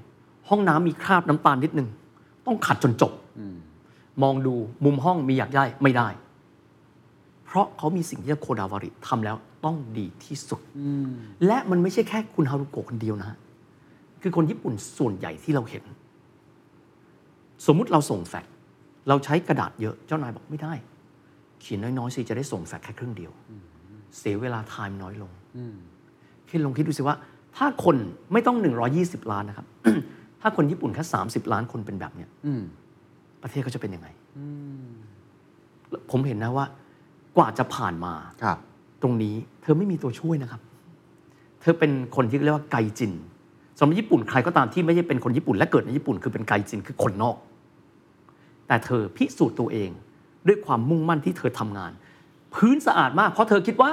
ห้องน้ำมีคราบน้ำตาลนิดนึง ต้องขัดจนจบมองดูมุมห้องมีอยากได้ไม่ได้ เพราะเขามีสิ่งที่โคดาวาริทำแล้วต้องดีที่สุด และมันไม่ใช่แค่คุณฮารุโกะคนเดียวนะฮะคือคนญี่ปุ่นส่วนใหญ่ที่เราเห็น สมมุติเราส่งแฟกซ์เราใช้กระดาษเยอะเจ้านายบอกไม่ได้ เขียนน้อยๆสิจะได้ส่งแฟกซ์แค่ครึ่งเดียว เสียเวลาไทม์น้อยลงคิดลองคิดดูสิว่า ถ้าคนไม่ต้อง 120 ล้านนะครับ ถ้าคนญี่ปุ่นแค่ 30 ล้านคนเป็นแบบเนี้ย
อืม
ประเทศเขาจะเป็นยังไงผมเห็นนะว่า กว่าจะผ่านมา
ครับ
ตรงนี้เธอไม่มีตัวช่วยนะครับ เธอเป็นคนที่เรียกว่าไกจินสำหรับญี่ปุ่นใครก็ตามที่ไม่ใช่เป็นคนญี่ปุ่น และเกิดในญี่ปุ่นคือเป็นไกจินคือคนนอก แต่เธอพิสูจน์ตัวเอง ด้วยความมุ่งมั่นที่เธอทำงาน พื้นสะอาดมาก เพราะเธอคิดว่า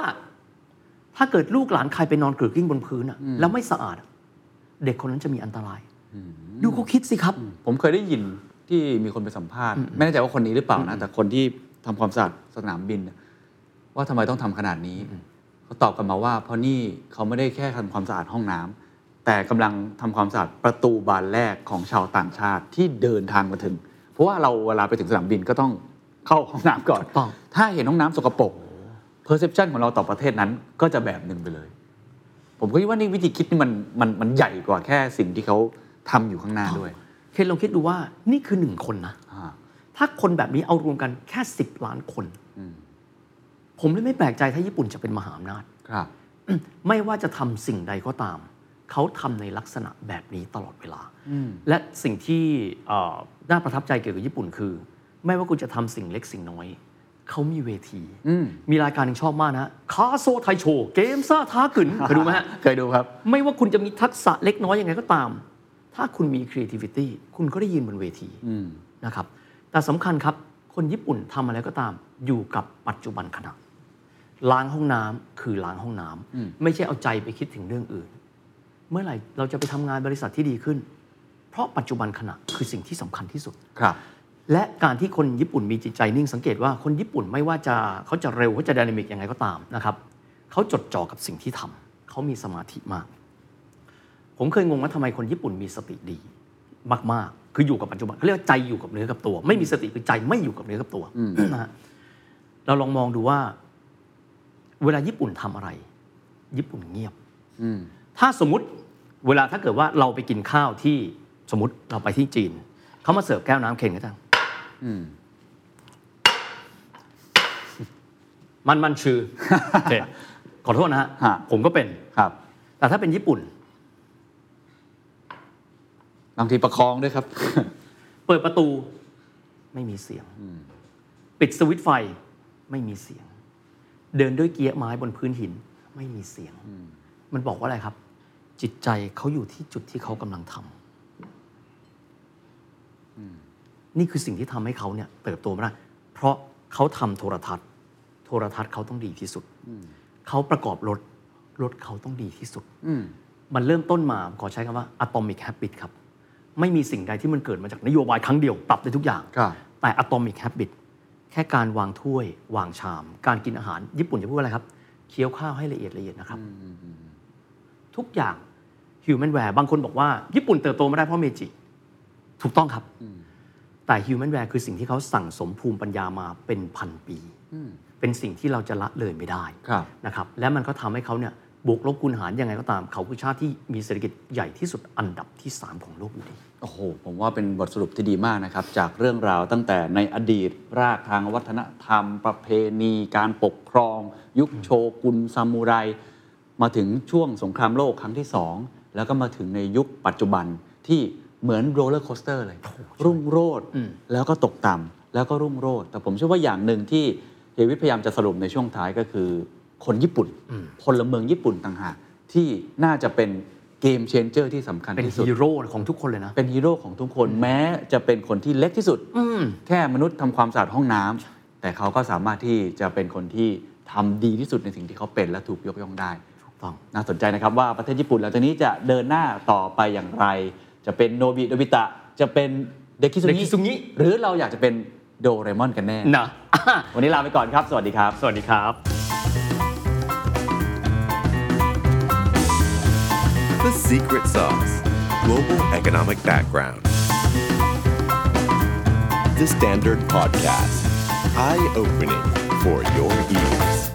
ถ้าเกิดลูกหลานใครไปนอนกรึกกลิ้งบนพื้นอะแล้วไม่สะอาดอะเด็กคนนั้นจะมีอันตราย ดูเขาคิดสิครับ
ผมเคยได้ยินที่มีคนไปสัมภาษณ์ ไม่แน่ใจว่าคนนี้หรือเปล่านะ แต่คนที่ทำความสะอาดสนามบินเนี่ยว่าทำไมต้องทำขนาดนี้เขาตอบกลันมาว่า เพราะนี่เขาไม่ได้แค่ทำความสะอาดห้องน้ำแต่กำลังทำความสะอาดประตูบานแรกของชาวต่างชาติที่เดินทางมาถึง เพราะว่าเราเวลาไปถึงสนามบินก็ต้องเข้าห้องน้ำก่อน
ถูกต้อง
ถ้าเห็นห้องน้ำสกปรก perception ของเราต่อประเทศนั้นก็จะแบบหนึ่งไปเลย ผมก็คิดว่านี่วิธีคิดนี่มันมันมันใหญ่กว่าแค่สิ่งที่เขาทำอยู่ข้างหน้าด้วย
เคนลองคิดดูว่านี่คือหนึ่งคนนะ
อ่า
ถ้าคนแบบนี้เอารวมกันแค่สิบล้านคน ผมเลยไม่แปลกใจถ้าญี่ปุ่นจะเป็นมหาอำนาจ
ครับ
ไม่ว่าจะทำสิ่งใดก็ตาม เขาทำในลักษณะแบบนี้ตลอดเวลา และสิ่งที่เอ่อน่าประทับใจเกี่ยวกับญี่ปุ่นคือ ไม่ว่าคุณจะทำสิ่งเล็กสิ่งน้อย เขามีเวที มีรายการหนึ่งชอบมากนะคาโซไทโชเกมซ่าท้ากึนเคยดูไหมฮะ
เคยดูครับ
ไม่ว่าคุณจะมีทักษะเล็กน้อยยังไงก็ตาม ถ้าคุณมี creativity คุณก็ได้ยืนบนเวทีนะครับ แต่สำคัญครับ คนญี่ปุ่นทำอะไรก็ตาม อยู่กับปัจจุบันขณะ ล้างห้องน้ำคือล้างห้องน้ำไม่ใช่เอาใจไปคิดถึงเรื่องอื่น เมื่อไหร่เราจะไปทำงานบริษัทที่ดีขึ้น เพราะปัจจุบันขณะคือสิ่งที่สำคัญที่สุด
ครับ
และการที่คนญี่ปุ่นมีจิตใจนิ่งสังเกตว่าคนญี่ปุ่นไม่ว่าจะเขาจะเร็วเขาจะดินามิกยังไงก็ตามนะครับเขาจดจ่อกับสิ่งที่ทำเขามีสมาธิมาก ผมเคยงงว่าทำไมคนญี่ปุ่นมีสติดีมากๆ คืออยู่กับปัจจุบันเขาเรียกว่าใจอยู่กับเนื้อกับตัว ไม่มีสติคือใจไม่อยู่กับเนื้อกับตัวนะฮะเราลองมองดูว่า เวลาญี่ปุ่นทำอะไร ญี่ปุ่นเงียบ ถ้าสมมติเวลาถ้าเกิดว่าเราไปกินข้าวที่สมมติเราไปที่จีน เขามาเสิร์ฟแก้วน้ำเค็งก็จังมันมัน ชื่อ โอเคขอโทษนะฮะ
ฮะ
ผมก็เป็น
ครับ
แต่ถ้าเป็นญี่ปุ่น
บางทีประคองด้วยครับ
เปิดประตูไม่มีเสียง ปิดสวิตช์ไฟไม่มีเสียง เดินด้วยเกียร์ไม้บนพื้นหิน ไม่มีเสียง มันบอกว่าอะไรครับ จิตใจเขาอยู่ที่จุดที่เขากำลังทำนี่คือสิ่งที่ทำให้เขาเนี่ยเติบโตมาได้เพราะเขาทำโทรทัศน์ โทรทัศน์เขาต้องดีที่สุดเขาประกอบรถรถเขาต้องดีที่สุด มันเริ่มต้นมาขอใช้คำว่า atomic habit ครับ ไม่มีสิ่งใดที่มันเกิดมาจากนโยบายครั้งเดียว ปรับได้ทุกอย่าง
ครับ
แต่ atomic habit แค่การวางถ้วย วางชาม การกินอาหาร ญี่ปุ่นจะพูดว่าอะไรครับ เคี้ยวข้าวให้ละเอียดละเอียดนะครับ ทุกอย่าง human ware บางคนบอกว่า ญี่ปุ่นเติบโตมาได้เพราะเมจิ ถูกต้องครับ แต่ human ware คือสิ่งที่เขาสั่งสมภูมิปัญญามาเป็นพันปี เป็นสิ่งที่เราจะละเลยไม่ได้
ครับ
นะครับและมันก็ทำให้เขาเนี่ยบวกลบคูณหารยังไงก็ตาม เขาคือชาติที่มีเศรษฐกิจใหญ่ที่สุดอันดับที่ 3 ของโลกอยู่ดี
โอ้โห ผมว่าเป็นบทสรุปที่ดีมากนะครับ จากเรื่องราวตั้งแต่ในอดีตรากทางวัฒนธรรม ประเพณี การปกครอง ยุคโชกุนซามูไร มาถึงช่วงสงครามโลกครั้งที่ 2 แล้วก็มาถึงในยุคปัจจุบันที่เหมือนโรลเลอร์โคสเตอร์เลย รุ่งโรดแล้วก็ตกต่ำแล้วก็รุ่งโรดแต่ผมเชื่อว่าอย่างหนึ่งที่เฮยวิทพยายามจะสรุปในช่วงท้ายก็คือ คนญี่ปุ่นพลเมืองญี่ปุ่นต่างหากที่น่าจะเป็นเกมเชนเจอร์ที่สำคัญ
เป็น
ที่สุด
ฮีโร่ของทุกคนเลยนะ
เป็นฮีโร่ของทุกคนแม้จะเป็นคนที่เล็กที่สุด
อืม
แค่มนุษย์ทำความสะอาดห้องน้ำแต่เขาก็สามารถที่จะเป็นคนที่ทำดีที่สุดในสิ่งที่เขาเป็นและถูกยกย่องได้
ถูกต้อง
น่าสนใจนะครับว่าประเทศญี่ปุ่นหลังจากนี้จะเดินหน้าต่อไปอย่างไร จะเป็นโนบิโนบิตะ จะเป็นเด็กคิ
เด็กคิซุ
ซุ
งิ
งิหรือเราอยากจะเป็นโดเรมอนกันแน่
นะ อ่ะ
วันนี้ลาไปก่อนครับ สวัสดีครับ
สวัสดีครับ
The secret sauce global economic background. The Standard Podcast, eye opening for your ears.